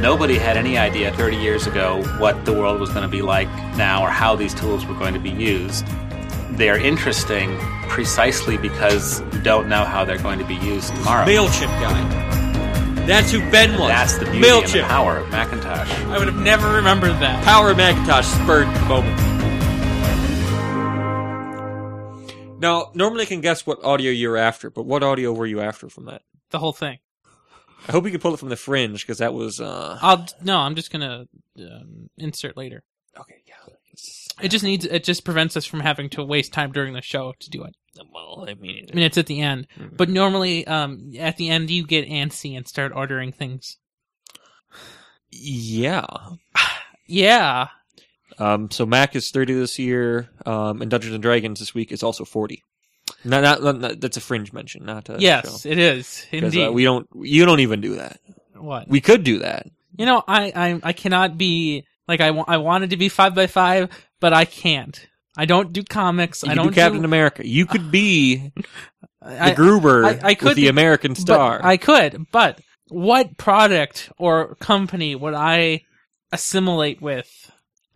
Nobody had any idea 30 years ago what the world was going to be like now or how these tools were going to be used. They're interesting precisely because you don't know how they're going to be used tomorrow. Mailchimp guy. That's who Ben was. That's the beauty and the Mailchimp. power of Macintosh. I would have never remembered that. Power of Macintosh spurred the moment. Now, normally I can guess what audio you're after, but what audio were you after from that? The whole thing. I hope you can pull it from the fringe because that was uh I'll no, I'm just gonna um, insert later. okay. Yeah. It just needs. It just prevents us from having to waste time during the show to do it. Well, I mean, Mm-hmm. I mean, it's at the end, but normally, um, at the end you get antsy and start ordering things. yeah. Yeah, Um, so Mac is 30 this year, um, and Dungeons and Dragons this week is also 40. Not, not, not, not- that's a fringe mention, not a yes, show. it is 'Cause, indeed. uh, we don't. You don't even do that. what We could do that. you know, I I I cannot be like I wa- I wanted to be five by five, but I can't. I don't do comics. You I could don't do Captain America. You could be the I- Gruber I- I with could the be- American Star. But I could, but what product or company would I assimilate with?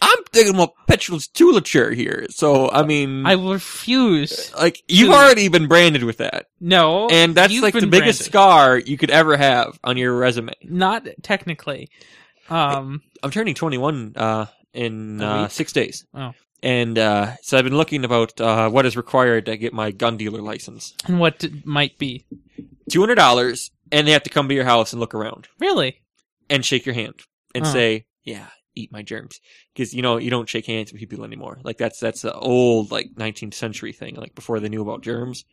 I'm thinking about Petrol's Tulature here. So I mean, I refuse. like you've Dude. already been branded with that, No, and that's you've like the been biggest branded. scar you could ever have on your resume. Not technically. Um, I'm turning 21 uh, in A uh, week? six days. Oh. And uh, so I've been looking about uh, what is required to get my gun dealer license. And what it might be. $200, and they have to come to your house and look around Really? and shake your hand and Oh. say, yeah, eat my germs. Because, you know, you don't shake hands with people anymore. Like, that's that's the old, like, 19th century thing, like, before they knew about germs.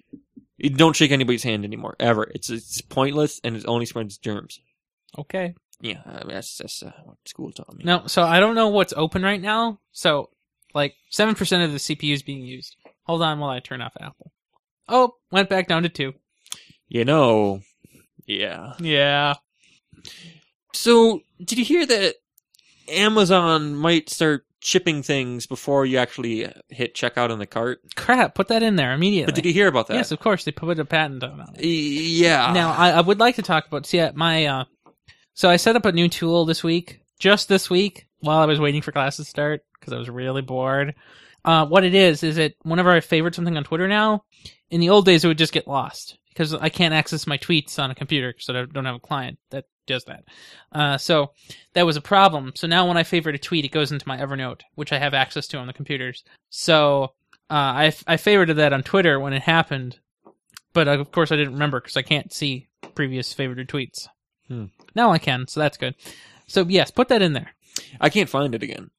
You don't shake anybody's hand anymore, ever. It's, it's pointless, and it only spreads germs. Okay. Yeah, I mean, that's, that's uh, what school taught me. No, so I don't know what's open right now. So, like, 7% of the CPU is being used. Hold on while I turn off Apple. Oh, went back down to 2. You know, yeah. Yeah. So, did you hear that Amazon might start shipping things before you actually uh, hit checkout in the cart? Crap, put that in there immediately. But did you hear about that? Yes, of course. They put a patent on it. Y- Yeah. Now, I, I would like to talk about. See, uh, my uh, so I set up a new tool this week, just this week, while I was waiting for class to start because I was really bored. Uh, what it is is it whenever I favorite something on Twitter now, in the old days it would just get lost because I can't access my tweets on a computer because I don't have a client that does that. Uh, so that was a problem. So now when I favorite a tweet, it goes into my Evernote, which I have access to on the computers. So uh, I I favorited that on Twitter when it happened, but uh, of course I didn't remember because I can't see previous favorited tweets. Hmm. Now I can, so that's good. So yes, put that in there. I can't find it again.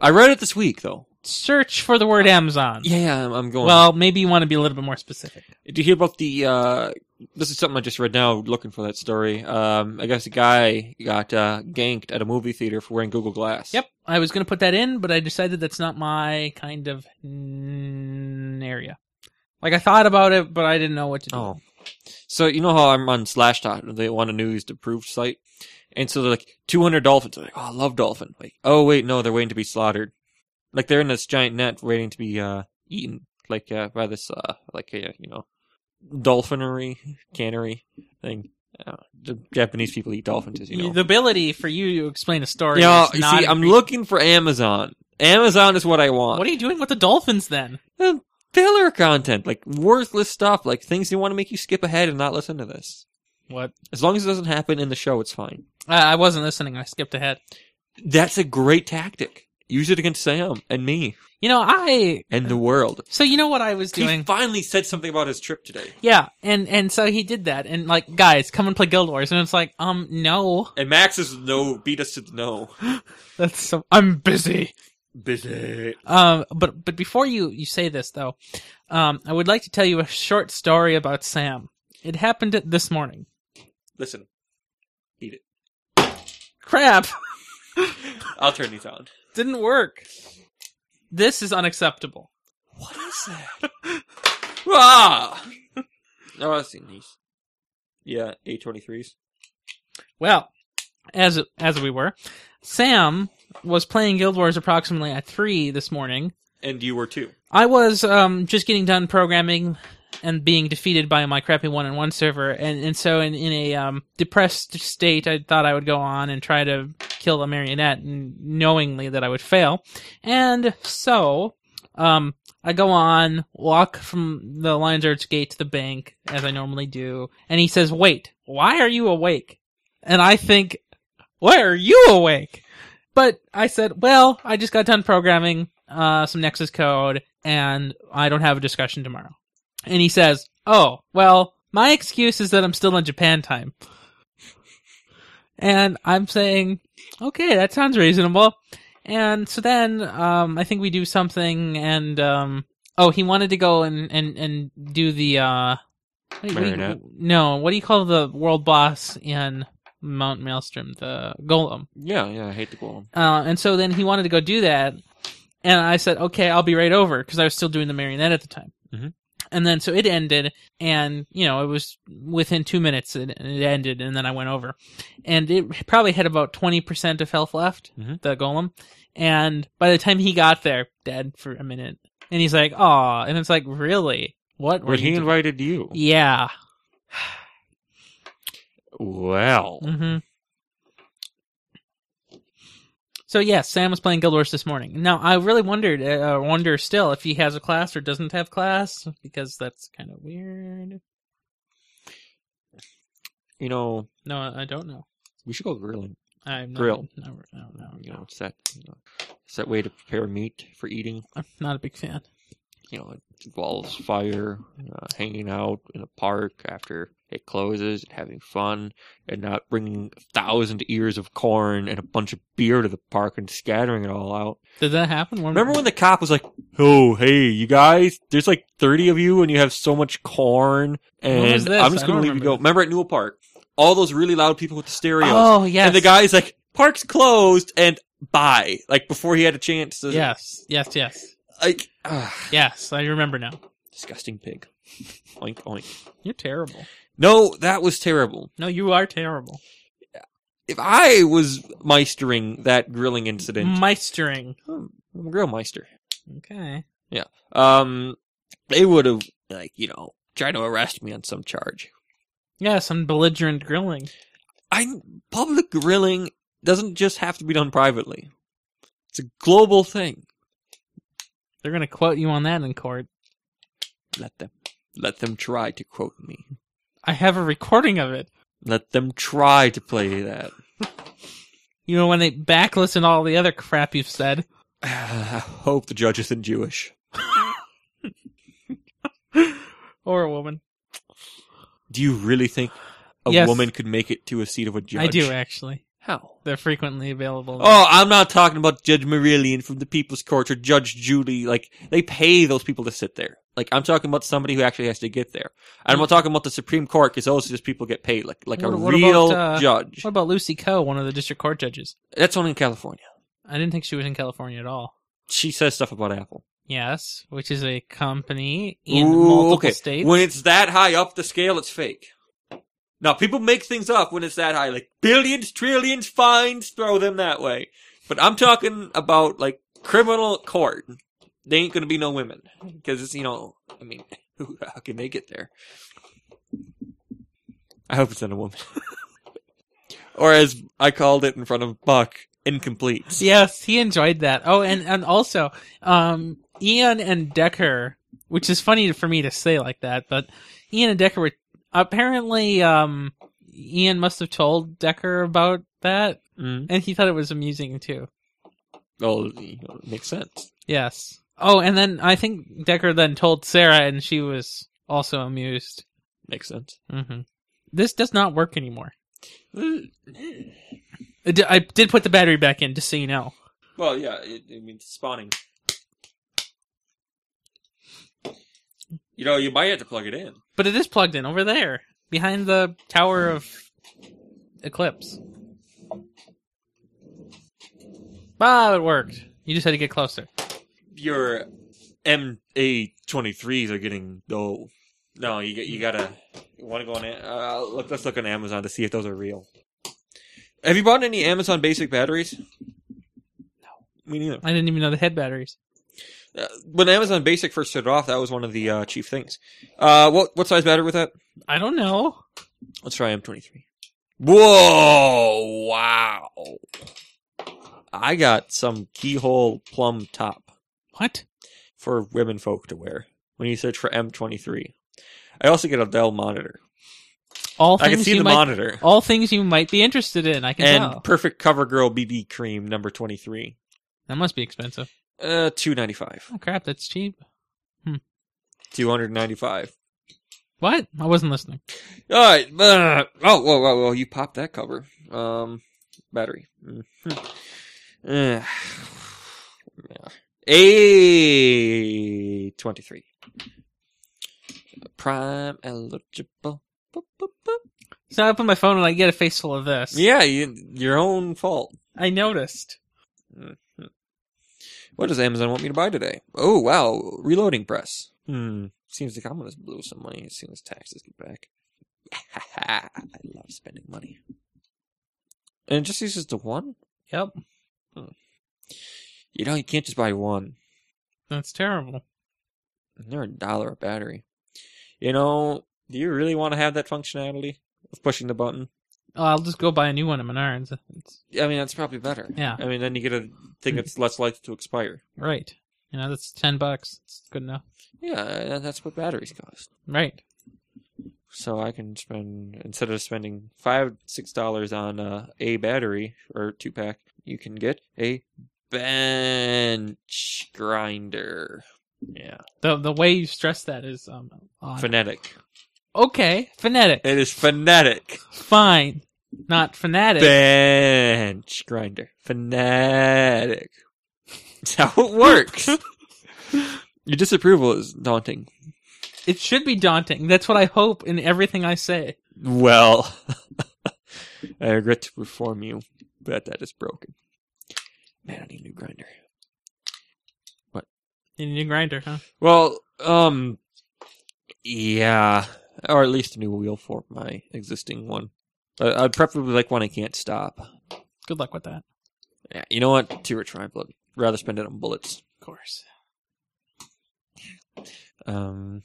I read it this week, though. Search for the word Amazon. Yeah, yeah, I'm, I'm going. Well, maybe you want to be a little bit more specific. Did you hear about the? Uh, this is something I just read now, looking for that story. Um, I guess a guy got uh, ganked at a movie theater for wearing Google Glass. Yep, I was going to put that in, but I decided that's not my kind of mm, area. Like I thought about it, but I didn't know what to do. Oh. So you know how I'm on Slashdot, they want a news approved site, and so they're like 200 dolphins. I'm like, oh, I love dolphin. Like, oh wait, no, they're waiting to be slaughtered. Like they're in this giant net waiting to be uh, eaten, like uh, by this uh, like uh, you know, dolphinery cannery thing. Uh, the Japanese people eat dolphins, as you know. The ability for you to explain a story. Yeah, is you not see, I'm looking for Amazon. Amazon is what I want. What are you doing with the dolphins then? Uh, filler content, like worthless stuff, like things that want to make you skip ahead and not listen to this. What? As long as it doesn't happen in the show, it's fine. Uh, I wasn't listening. I skipped ahead. That's a great tactic. Use it against Sam and me You know, I. and the world. So you know what I was He doing? finally said something about his trip today. Yeah, and and so he did that, and like, guys, come and play Guild Wars, and it's like, um, no, And Max is no beat us to the no. that's so I'm busy. Busy. Um, but but before you you say this though, um, I would like to tell you a short story about Sam. It happened this morning. Listen, beat it. Crap, I'll turn these on. didn't work. This is unacceptable. What is that? ah! Oh, I've seen these. Yeah, A23s. Well, as as we were, Sam was playing Guild Wars approximately at three this morning. And you were too. I was um, just getting done programming and being defeated by my crappy one on one server, and, and so in, in a um, depressed state, I thought I would go on and try to kill a marionette, and knowingly that I would fail. And so um, I go on, walk from the Lion's Arch gate to the bank, as I normally do, and he says, Wait, why are you awake? And I think, Why are you awake? But I said, well, I just got done programming uh, some Nexus code, and I don't have a discussion tomorrow. And he says, oh, well, my excuse is that I'm still in Japan time. And I'm saying, okay, that sounds reasonable. And so then um, I think we do something, and um, oh, he wanted to go and and and do the uh, what do you- what do you- Marionette. no, what do you call the world boss in Mount Maelstrom? The Golem. Yeah, yeah, I hate the golem. Uh, and so then he wanted to go do that, and I said, "Okay, I'll be right over," because I was still doing the marionette at the time. Mhm. And then so it ended, and you know it was within two minutes it, it ended, and then I went over, and it probably had about twenty percent of health left, Mhm. the golem, and by the time he got there, dead for a minute, and he's like, "Aw," and it's like, "Really? What?" were But he you doing?" invited you. Yeah. Well. hmm So yes, Sam was playing Guild Wars this morning. Now I really wondered, uh, wonder still if he has a class or doesn't have class because that's kind of weird. You know, No, I I don't know. we should go grilling. I'm not, grill. Not, not, not, You know, it's that you know, it's that way to prepare meat for eating. I'm not a big fan. You know, it involves fire, uh, hanging out in a park after it closes, and having fun, and not bringing a thousand ears of corn and a bunch of beer to the park and scattering it all out. Did that happen? When, Remember when the cop was like, "Oh, hey, you guys, there's like 30 of you, and you have so much corn, When was and this? I'm just I gonna don't leave you go." Remember at Newell Park, all those really loud people with the stereos. Oh, yes. and the guy's like, "Park's closed," and bye. Like before he had a chance to. Yes, yes, yes, Like, ah, yes. I remember now. disgusting pig. oink oink. You're terrible. No, that was terrible. No, you are terrible. If I was meistering that grilling incident, Meistering. Hmm, I'm a grill meister. Okay. Um, they would have like you know tried to arrest me on some charge. Yeah, some belligerent grilling. I public grilling doesn't just have to be done privately. It's a global thing. They're gonna quote you on that in court. Let them let them try to quote me. I have a recording of it. Let them try to play that. You know when they backlist and all the other crap you've said. I hope the judge isn't Jewish. or a woman. Do you really think a Yes. woman could make it to a seat of a judge? I do actually. How? They're frequently available. Oh, I'm not talking about Judge Marillion from the People's Court or Judge Judy. Like they pay those people to sit there. Like I'm talking about somebody who actually has to get there. I'm not talking about the Supreme Court because those are just people get paid. Like like a What- what about, real uh, judge. What about Lucy Coe, one of the district court judges? That's only in California. I didn't think she was in California at all. She says stuff about Apple. Yes, which is a company in Ooh, multiple okay. states. When it's that high up the scale, it's fake. Now people make things up when it's that high, like billions, trillions, fines, throw them that way. But I'm talking about like criminal court. They ain't gonna be no women because it's you know, I mean, who, how can they get there? I hope it's not a woman, or as I called it in front of Buck, incomplete. yes, he enjoyed that. Oh, and and also, um, Ian and Decker, which is funny for me to say like that, but Ian and Decker were apparently, um, Ian must have told Decker about that, Mm. and he thought it was amusing too. Oh, you know, it makes sense. Yes. Oh, and then I think Decker then told Sarah, and she was also amused. Makes sense. hmm This does not work anymore. I di- I did put the battery back in, just so you know. Well, yeah, it, I mean, spawning. You know, you might have to plug it in. But it is plugged in over there, behind the tower of Eclipse. Wow, it worked. You just had to get closer. Your MA23s are getting dull. No, you get you gotta you want to go on. A- Uh, look, let's look on Amazon to see if those are real. Have you bought any Amazon basic batteries? No, me neither. I didn't even know they had batteries. Uh, when Amazon Basic first started off, that was one of the uh, chief things. Uh, what what size battery was that? I don't know. Let's try M23. Whoa! Wow! I got some keyhole plum top What? for women folk to wear when you search for M23. I also get a Dell monitor. All I things can see you the might, monitor All things you might be interested in. I can and tell. perfect CoverGirl BB cream number 23. That must be expensive. Uh, 295. Oh crap, that's cheap. 295. What? I wasn't listening. All right. uh, oh, whoa, whoa, whoa! You popped that cover. Um, battery. Mhm. Uh, A twenty-three. Prime eligible. Boop, boop, boop. So I put my phone and I get a face full of this. Yeah, you, your own fault. I noticed. What does Amazon want me to buy today? Oh wow, reloading press. Hmm. Seems like I'm gonna blow some money as soon as taxes get back. I love spending money. And it just uses the one. Hmm. Yep. You know, you can't just buy one. That's terrible. And They're a dollar a battery. You know, do you really want to have that functionality of pushing the button? Oh, I'll just go buy a new one at Menards. It's, I mean, that's probably better. Yeah. I mean, then you get a thing that's less likely to expire. right. You know, that's 10 bucks. It's good enough. Yeah, that's what batteries cost. Right. so I can spend instead of spending five six dollars on uh, a battery or two pack, you can get a bench grinder. Yeah, The the way you stress that is um odd. phonetic. okay, phonetic. It is phonetic. Fine. Not fanatic. Bench grinder. Fanatic. That's how it works. Your disapproval is daunting. It should be daunting. That's what I hope in everything I say. Well, I regret to inform you that that is broken. Man, I need a new grinder. You need a grinder, huh? Well, um, yeah, or at least a new wheel for my existing one. Uh, I'd preferably like one I can't stop. Good luck with that. Yeah, you know what? Two or tri bullet. Rather spend it on bullets. Of course. Um.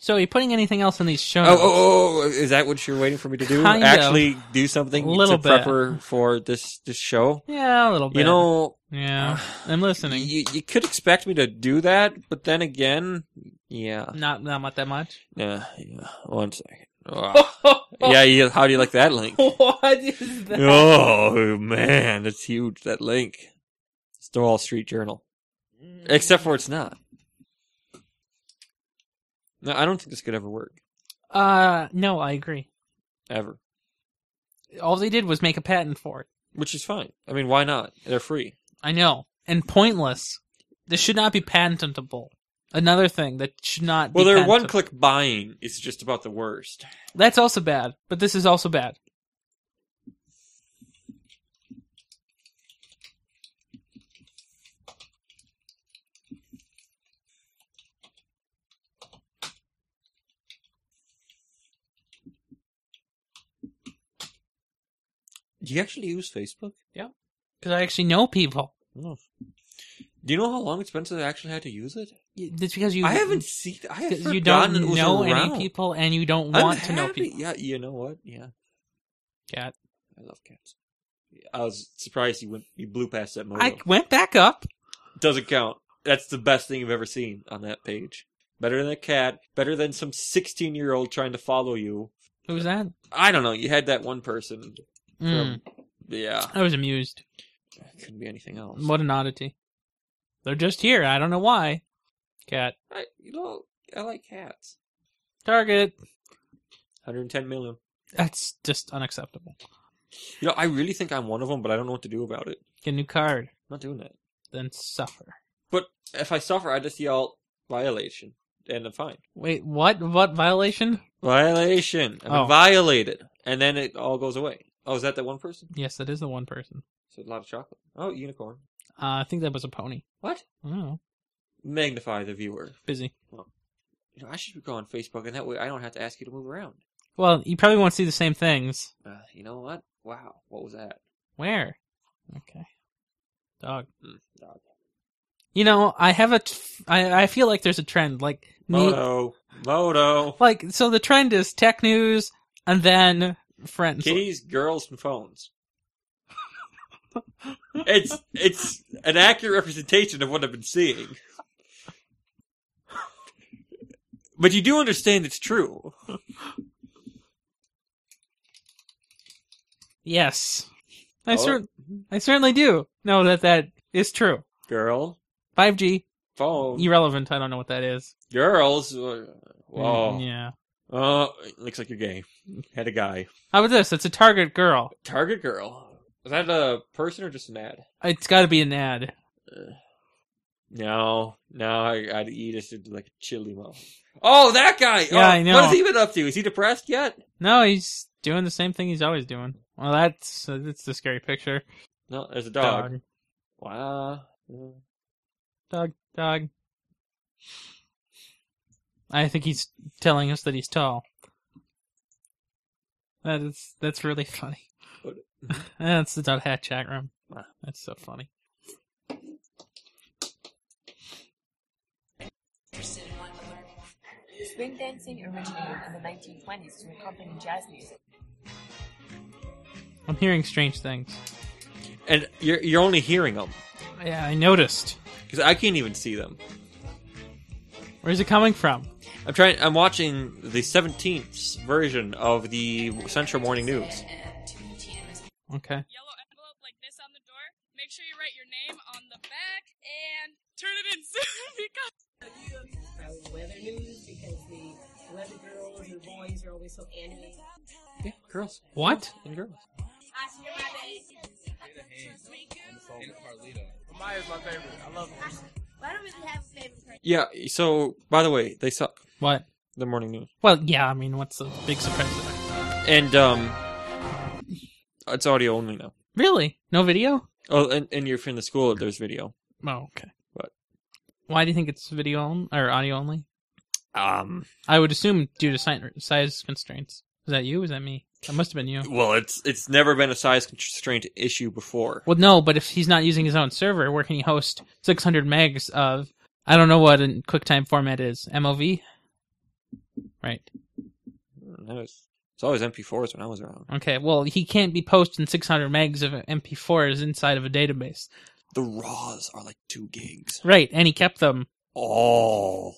So are you putting anything else in these show Oh, notes? oh, oh, is that what you're waiting for me to do? Kind of. Actually, do something A little to bit. prepper for this this show. Yeah, a little bit. You know, Yeah. I'm listening. you, you could expect me to do that, but then again, yeah, Not not much that much. yeah. yeah. One second. Oh. yeah, you, how do you like that link? what is that? Oh man, that's huge. That link. It's the Wall Street Journal, except for Mm. it's not. No, I don't think this could ever work Uh no, I agree. ever, All they did was make a patent for it. which is fine. I mean, why not? They're free. I know. And pointless. This should not be patentable. Another thing that should not Well, be their patentable. one click buying is just about the worst. That's also bad, but this is also bad. Do you actually use Facebook? Because I actually know people. No. Do you know how long it's been since I actually had to use it? Y- That's because you I haven't seen. I have because forgotten you don't it was know around. any people and you don't I'm want to know happy- people. Yeah, you know what? Yeah, Cat. I love cats. I was surprised you went. You blew past that moment. I went back up. Doesn't count. That's the best thing you've ever seen on that page. Better than a cat. Better than some sixteen-year-old trying to follow you. Who's that? I don't know. You had that one person. Mm, From, yeah, I was amused. couldn't be anything else. What an oddity. They're just here. I don't know why. Cat. I, you know, I like cats. Target. 110 million. That's just unacceptable. You know, I really think I'm one of them, but I don't know what to do about it. Get a new card, I'm not doing that. then suffer. But if I suffer, I just yell violation, and I'm fine. Wait, what? What violation? Violation. I'm Oh. violated, and then it all goes away. Oh, is that that one person? Yes, that is the one person. It's a lot of chocolate. Oh, unicorn. Uh, I think that was a pony. What? I don't know. Magnify the viewer. Busy. You know, I should go on Facebook, and that way I don't have to ask you to move around. Well, you probably won't see the same things. Uh, you know what? Wow, what was that? Where? Okay. Dog. Mm, dog. You know, I have a. T- I I feel like there's a trend. Like Oh, me. Moto, moto, Like so, the trend is tech news and then friends. kitties, girls, and phones. it's it's an accurate representation of what I've been seeing. But you do understand it's true. Yes. I Oh. cer- I certainly do know that that is true. Girl, 5G phone, irrelevant. I don't know what that is. girls. uh, Whoa. Mm, Yeah. Oh, it looks like you're gay. Had a guy. How about this? It's a Target girl. Target girl. Is that a person or just an ad? It's got to be an ad. No, no, I, I'd eat us into like a chili mo. Oh, that guy! Yeah, I know. What has he been up to? Is he depressed yet? No, he's doing the same thing he's always doing. Well, that's that's the scary picture. No, there's a dog. Dog. Wow. Dog. Dog. I think he's telling us that he's tall. That is that's really funny. What- that's the dot hat chat room. That's so funny. Swing dancing originated in the 1920s to accompany jazz music. I'm hearing strange things. And you're you're only hearing them Yeah, I noticed. because I can't even see them. Where's it coming from? I'm trying. I'm watching the 17th version of the Central Morning News. Okay. Make sure you write your name on the back and turn it in soon because. Weather news because the weather girls and boys are always so animated. Yeah, girls. What? Maya's my favorite. I love her. Why don't we have a favorite person? Yeah. So, by the way, they suck. What? The Morning News. Well, yeah. I mean, what's the big surprise? there? And um, it's audio only now. Really? No video? Oh, and, and if you're in the school, there's video. Oh, okay. What? Why do you think it's video on, or audio only? Um. I would assume due to si- size constraints. Is that you? Is that me? That must have been you. Well, it's it's never been a size constraint issue before. Well, no, but if he's not using his own server, where can he host 600 megs of I don't know what in QuickTime format is MOV? Right. That was, it's always MP4s when I was around. Okay. Well, he can't be posting 600 megs of MP4s inside of a database. The raws are like two gigs. Right, and he kept them. Oh.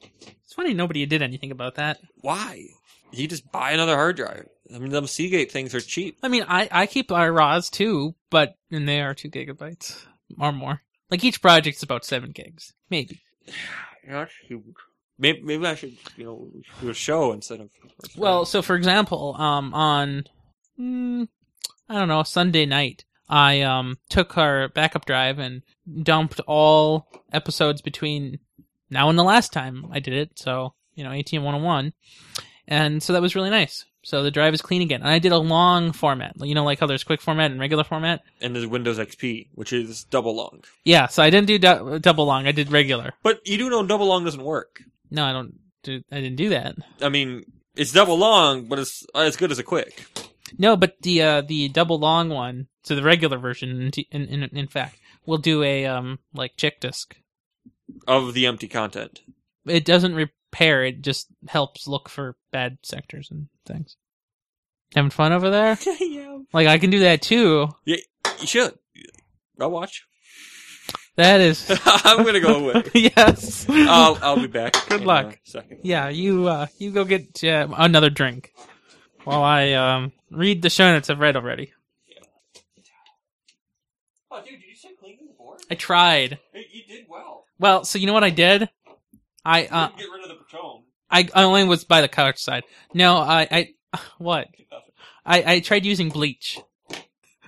It's funny nobody did anything about that. Why? You just buy another hard drive. I mean, them Seagate things are cheap. I mean, I I keep our RAWs too, but and they are two gigabytes or more. Like each project's about seven gigs, maybe. Not huge. Maybe, maybe I should, you know, do a show instead of. Well, so for example, um, on mm, I don't know Sunday night, I um took our backup drive and dumped all episodes between now and the last time I did it. So you know, ATM one hundred and one, and so that was really nice. So the drive is clean again, and I did a long format. You know, like how there's quick format and regular format. And there's Windows XP, which is double long. Yeah, so I didn't do du- double long. I did regular. But you do know double long doesn't work. No, I don't do. I didn't do that. I mean, it's double long, but it's as good as a quick. No, but the uh, the double long one, so the regular version, in t- in, in, in fact, will do a um like chick disk. Of the empty content. It doesn't repair. It just helps look for bad sectors and things. Having fun over there? yeah. Like I can do that too. Yeah, you should. I'll watch. That is. I'm gonna go away. yes. I'll I'll be back. Good in uh, luck. a second. Yeah, you uh, you go get uh, another drink while I um, read the show notes I've read already. Oh, dude, did you say cleaning the board? I tried. You did well. Well, so you know what I did? I uh, get rid of the patron. I I only was by the couch side. No, I I what? I I tried using bleach,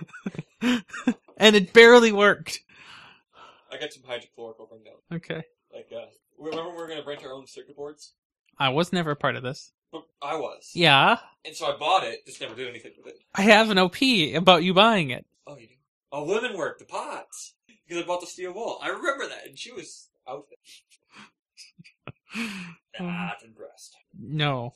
and it barely worked. I got some hydrochloric over now. Okay, Like, uh, remember we were gonna rent our own circuit boards? I was never a part of this. But I was. Yeah, And so I bought it, just never did anything with it. I have an OP about you buying it. Oh, you do? Oh, women work, the pots. Because I bought the steel wool. I remember that, and she was out there. Not impressed. No.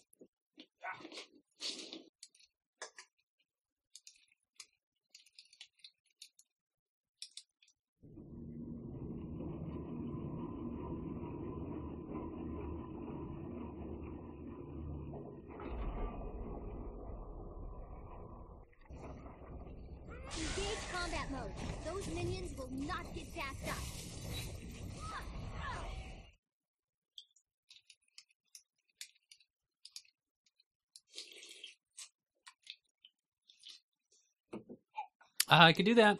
Engage combat mode. Those minions will not get past us. Uh, I could do that.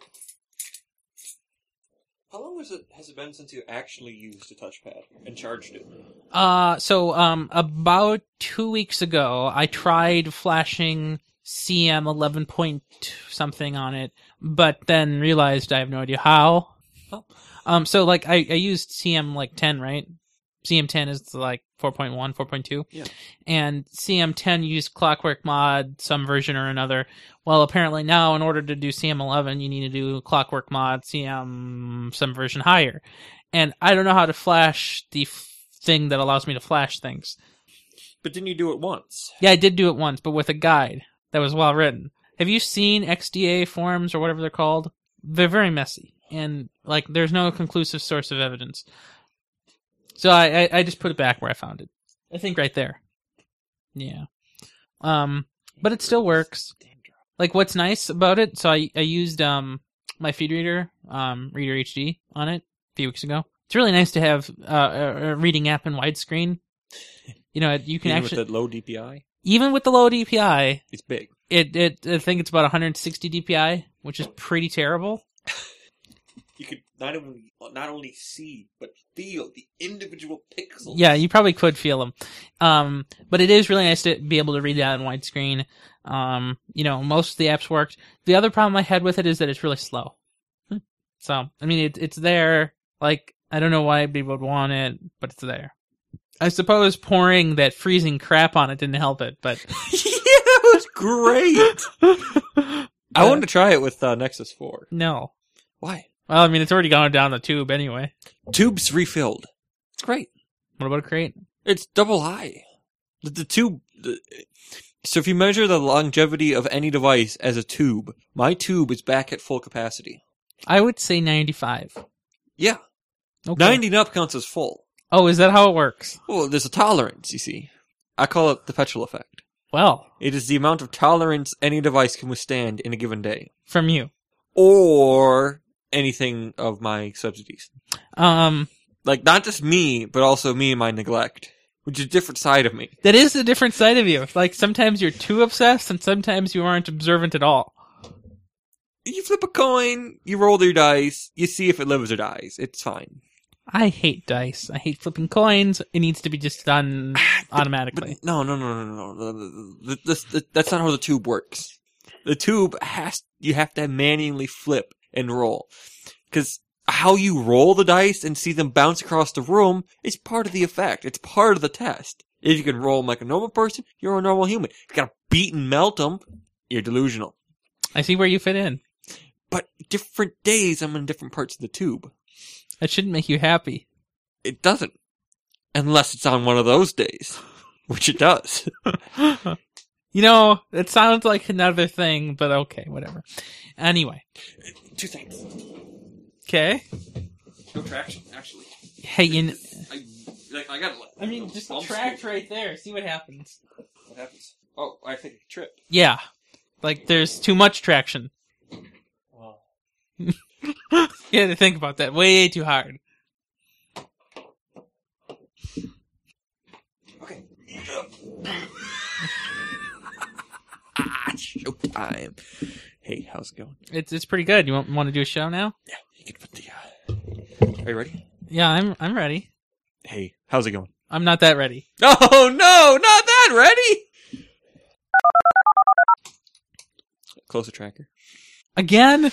How long was it, has it been since you actually used a touchpad and charged it? Uh, so um, about two weeks ago, I tried flashing CM eleven point something on it, but then realized I have no idea how. Um, so like I, I used CM like ten, right? CM ten is like 4.1, 4.2. Yeah. And CM ten used Clockwork Mod, some version or another. Well, apparently now in order to do CM eleven, you need to do Clockwork Mod CM some version higher and I don't know how to flash the f- thing that allows me to flash things. But didn't you do it once? Yeah, I did do it once, but with a guide that was well written. Have you seen XDA forums or whatever they're called? They're very messy, and like there's no conclusive source of evidence. So I, I, I just put it back where I found it. I think right there. Yeah. Um, but it still works. Like what's nice about it, so I, I used um my feed reader, um Reader HD on it a few weeks ago. It's really nice to have uh, a a reading app in widescreen You know, you can Even with actually that low DPI? even with the low DPI, It's big. It it I think it's about 160 DPI, which is pretty terrible. You could not only not only see but feel the individual pixels. Yeah, you probably could feel them. Um, but it is really nice to be able to read that in widescreen. Um, you know, most of the apps worked. The other problem I had with it is that it's really slow. Hmm. So, I mean, it, it's there. Like, I don't know why people would want it, but it's there. I suppose pouring that freezing crap on it didn't help it, but That was great. I want to try it with uh, Nexus Four. no. Why? Well, I mean, it's already gone down the tube anyway. Tubes refilled. It's great. What about a crate? It's double high. The, the tube. The, so if you measure the longevity of any device as a tube, my tube is back at full capacity. I would say 95. Yeah, Okay. ninety and up counts as full. Oh, is that how it works? Well, there's a tolerance. You see, I call it the petrol effect. Well, It is the amount of tolerance any device can withstand in a given day, from you. or anything of my subsidies. Um, Like not just me, but also me and my neglect, which is a different side of me. that is a different side of you. Like sometimes you're too obsessed, and sometimes you aren't observant at all. you flip a coin, you roll your dice, you see if it lives or dies. It's fine. I hate dice. I hate flipping coins. It needs to be just done automatically. No, no, no, no, no, no. The- the- the- the- That's not how the tube works. The tube has you have to manually flip and roll, because how you roll the dice and see them bounce across the room is part of the effect. It's part of the test. If you can roll 'em like a normal person, you're a normal human. If you gotta beat and melt them, you're delusional. I see where you fit in. But different days, I'm in different parts of the tube. That shouldn't make you happy. It doesn't. Unless it's on one of those days, which it does. You know, it sounds like another thing, but okay, whatever. Anyway, Two things. okay. No traction, actually. Hey, you. kn- I, like, I gotta. I mean, just Bump track scoop. right there. See what happens. What happens? Oh, I think I trip. Yeah, like there's too much traction. Well, You had to think about that way too hard. okay. ah, showtime. Hey, how's it going? It's it's pretty good. You want, want to do a show now? You can put the. Uh... Are you ready? Yeah, I'm I'm ready. Hey, how's it going? I'm not that ready. Oh no, not that ready. Closer tracker. Again?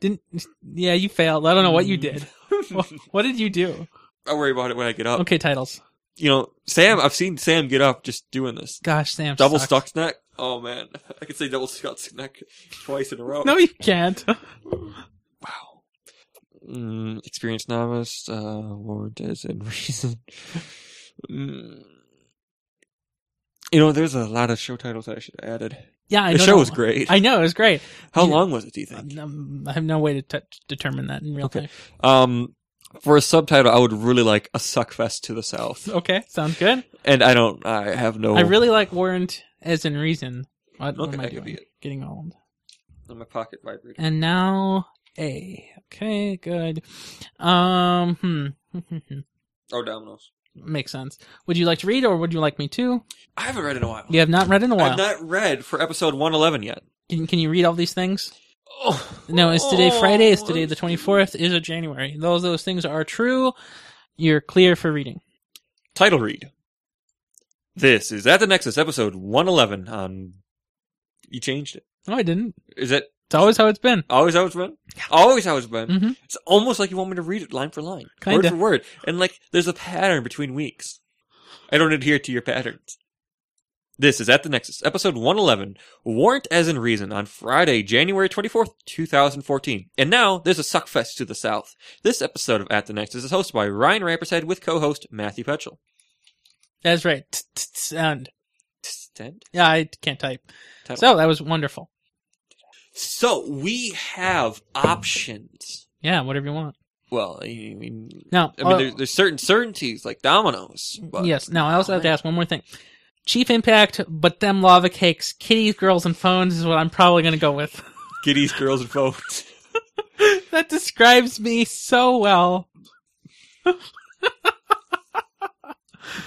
Didn't Yeah, you failed. I don't know what you did. what, what did you do? I'll worry about it when I get up. Okay, titles. You know, Sam. I've seen Sam get up just doing this. Gosh, Sam. double sucks. stuck neck. Oh man, I could say double stuck neck twice in a row. No, you can't. Mm, experienced novice, uh, warrant is and reason. Mm. You know, there's a lot of show titles I should have added. yeah, I the don't show know. was great. I know it was great. How You- long was it? Do you think? Um, I have no way to t- determine that in real Okay. time. Um, for a subtitle, I would really like a suckfest to the south, Okay, sounds good. and I don't. I have no. I really like warrant as in reason. What, Oh. what Okay, am I that could doing? be it. Getting old. in my pocket vibrator. And now A. Okay, good. Um, hmm. oh, dominoes. Makes sense. Would you like to read, or would you like me to? I haven't read in a while. You have not read in a while. I've not read for episode 111 yet. Can, can you read all these things? Oh. No, it's today Oh, Friday. It's today I'm the 24th is of January. Those those things are true. You're clear for reading. Title read. This is at the Nexus episode 111 on. You changed it. No, I didn't. Is it It's always how it's been. always how it's been? Always how it's been. Mhm. It's almost like you want me to read it line for line, word Kinda. for word. And like, there's a pattern between weeks. I don't adhere to your patterns. This is At the Nexus, episode 111, Warrant as in Reason, on Friday, January 24th, 2014. And now, there's a suckfest to the south. This episode of At the Nexus is hosted by Ryan Rampershead with co-host Matthew Petchel. That's right. Sound. Stand. Yeah, I can't type. Title. So that was wonderful. So we have options. Yeah, whatever you want. Well, I mean, Now, I mean, uh, there's, there's certain certainties like dominoes. But yes. Now I also have to ask one more thing. Chief Impact, but them lava cakes, kitties, girls, and phones is what I'm probably going to go with. Kitties, girls, and folks. that describes me so well. but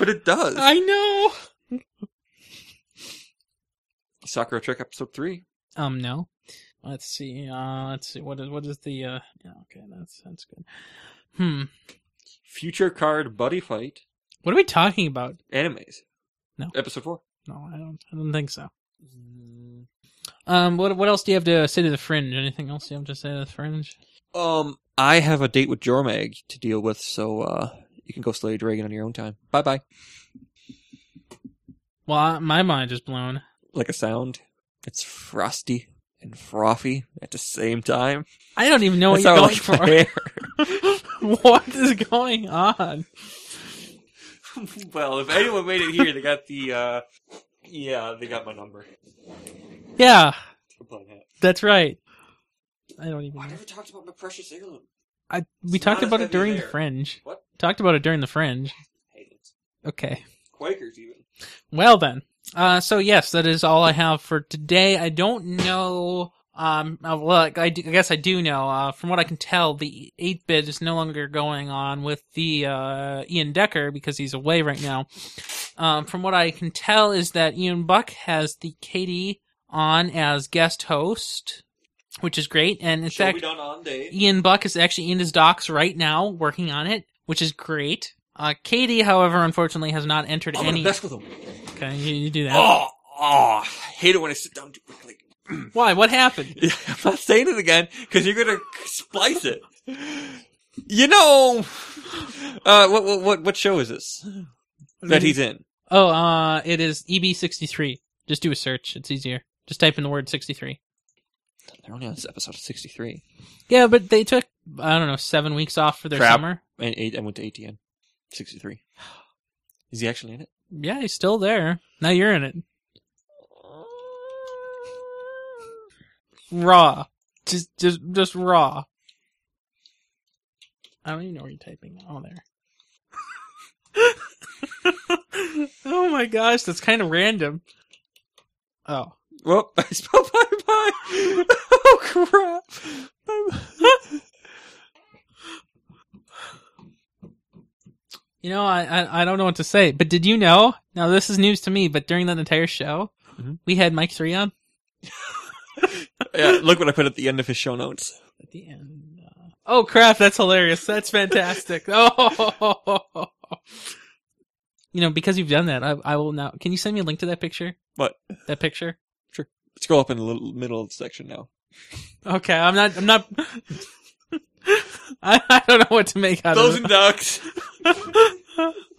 it does. I know. Sakura Trick episode three. Um, no. Let's see. Uh, let's see. What is what is the? uh yeah, Okay, that's that's good. Hmm. Future card buddy fight. What are we talking about? Animes. No. Episode four. No, I don't. I don't think so. Mm. Um, what what else do you have to say to the fringe? Anything else you have to say to the fringe? Um, I have a date with Jormag to deal with, so uh, you can go slay a dragon on your own time. Bye bye. Well, I, my mind is blown. Like a sound. It's frosty and frothy at the same time. I don't even know what That's you're how I going like my hair. for. what is going on? well, if anyone made it here, they got the. uh Yeah, they got my number. Yeah, Complain hat. that's right. I don't even. I never talked about my precious heirloom. I we It's talked not as about it heavy during the there. fringe. What? Talked about it during the fringe. Hate it. Okay. Quakers even. Well then. Uh, so yes, that is all I have for today. I don't know. Um, uh, well, I, do, I guess I do know. Uh, from what I can tell, the eight bit is no longer going on with the uh, Ian Decker because he's away right now. Um, from what I can tell, is that Ian Buck has the Katie on as guest host, which is great. And in Show fact, we done on day. Ian Buck is actually in his docs right now working on it, which is great. Uh, Katie, however, unfortunately has not entered I'm any. gonna mess with him. Okay, you, you do that. Oh, oh, I hate it when I sit down too quickly. Why? What happened? I'm not saying it again because you're gonna splice it. You know, uh, what what- what what show is this that he's in? Oh, uh, it is EB63. Just do a search. It's easier. Just type in the word 63. They're only on this episode sixty three. Yeah, but they took, I don't know, seven weeks off for their summer. And eight, I went to ATN sixty three. Is he actually in it? Yeah, he's still there. Now you're in it. Raw. Just, just, just raw. I don't even know where you're typing. Oh, there. oh my gosh, that's kind of random. Oh. Well, I spelled bye bye. oh crap! I'm- You know, I, I I don't know what to say, but did you know? Now this is news to me, but during that entire show, Mhm. we had Mike Three on yeah, look what I put at the end of his show notes. at the end. Uh, oh crap, that's hilarious! That's fantastic. oh, you know, because you've done that, I I will now. Can you send me a link to that picture? What? That picture? Sure. Scroll up in the little middle section now. Okay, I'm not. I'm not. I, I don't know what to make out Those of and it. ducks.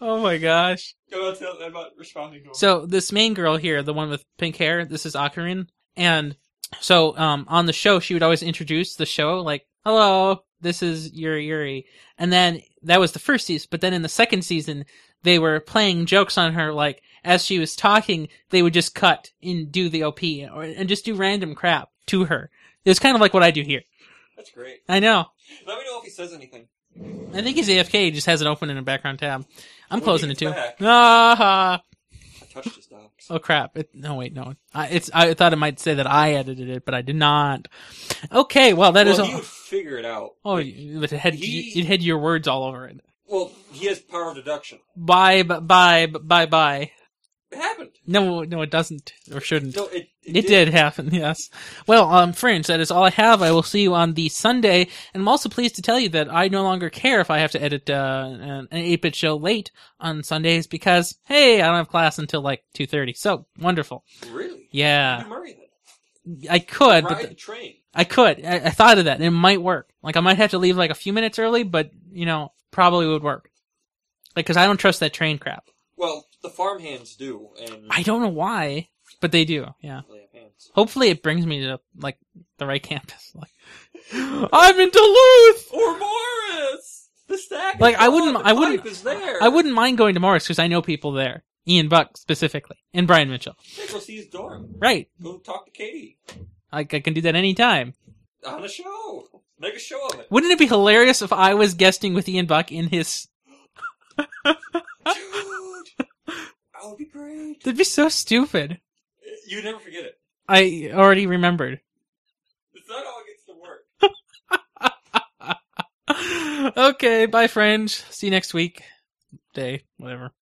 Oh my gosh! I'm not- I'm not responding to him. So this main girl here, the one with pink hair, this is Akarin, and so um on the show she would always introduce the show like, "Hello, this is Yuri Yuri," and then that was the first season. But then in the second season, they were playing jokes on her like as she was talking, they would just cut and do the op or, and just do random crap to her. It was kind of like what I do here. That's great. I know. Let me know if he says anything. I think he's AFK. He just has it open in a background tab. I'm When he closing it gets too. back. Ah. I touched his dog. Oh crap! It, no, wait, no. I, it's. I thought it might say that I edited it, but I did not. Okay, well that is. well, all- he would figure it out. oh, you- it had he- it had your words all over it. Well, he has power of deduction. Bye, bu- bye, bu- bye, bye. It happened. No, no, it doesn't or shouldn't. No, it- Mm. it, did. happen. Yes. Well, um, friends, that is all I have. I will see you on the Sunday, and I'm also pleased to tell you that I no longer care if I have to edit uh, an eight bit show late on Sundays because hey, I don't have class until like two thirty. So wonderful. Really? Yeah. You Murray then. I could, but Ride th- the train. I could. I, I thought of that. and It might work. Like I might have to leave like a few minutes early, but you know, probably would work. Like, cause I don't trust that train crap. Well, the farmhands do, and I don't know why, but they do. Yeah. They have hands. Hopefully, it brings me to like the right campus. Like, I'm in Duluth. Or Morris. The stack. is Like I gone, wouldn't. the I wouldn't. pipe Is there. I wouldn't mind going to Morris because I know people there. Ian Buck specifically, and Brian Mitchell. Yeah, go see his dorm. Right. Go talk to Katie Like I can do that anytime. on a show. Make a show of it. Wouldn't it be hilarious if I was guesting with Ian Buck in his? Dude, that would be great. That'd be so stupid. You never forget it. I already remembered. It's not how it gets to work. okay, bye, friends. See you next week, day, whatever.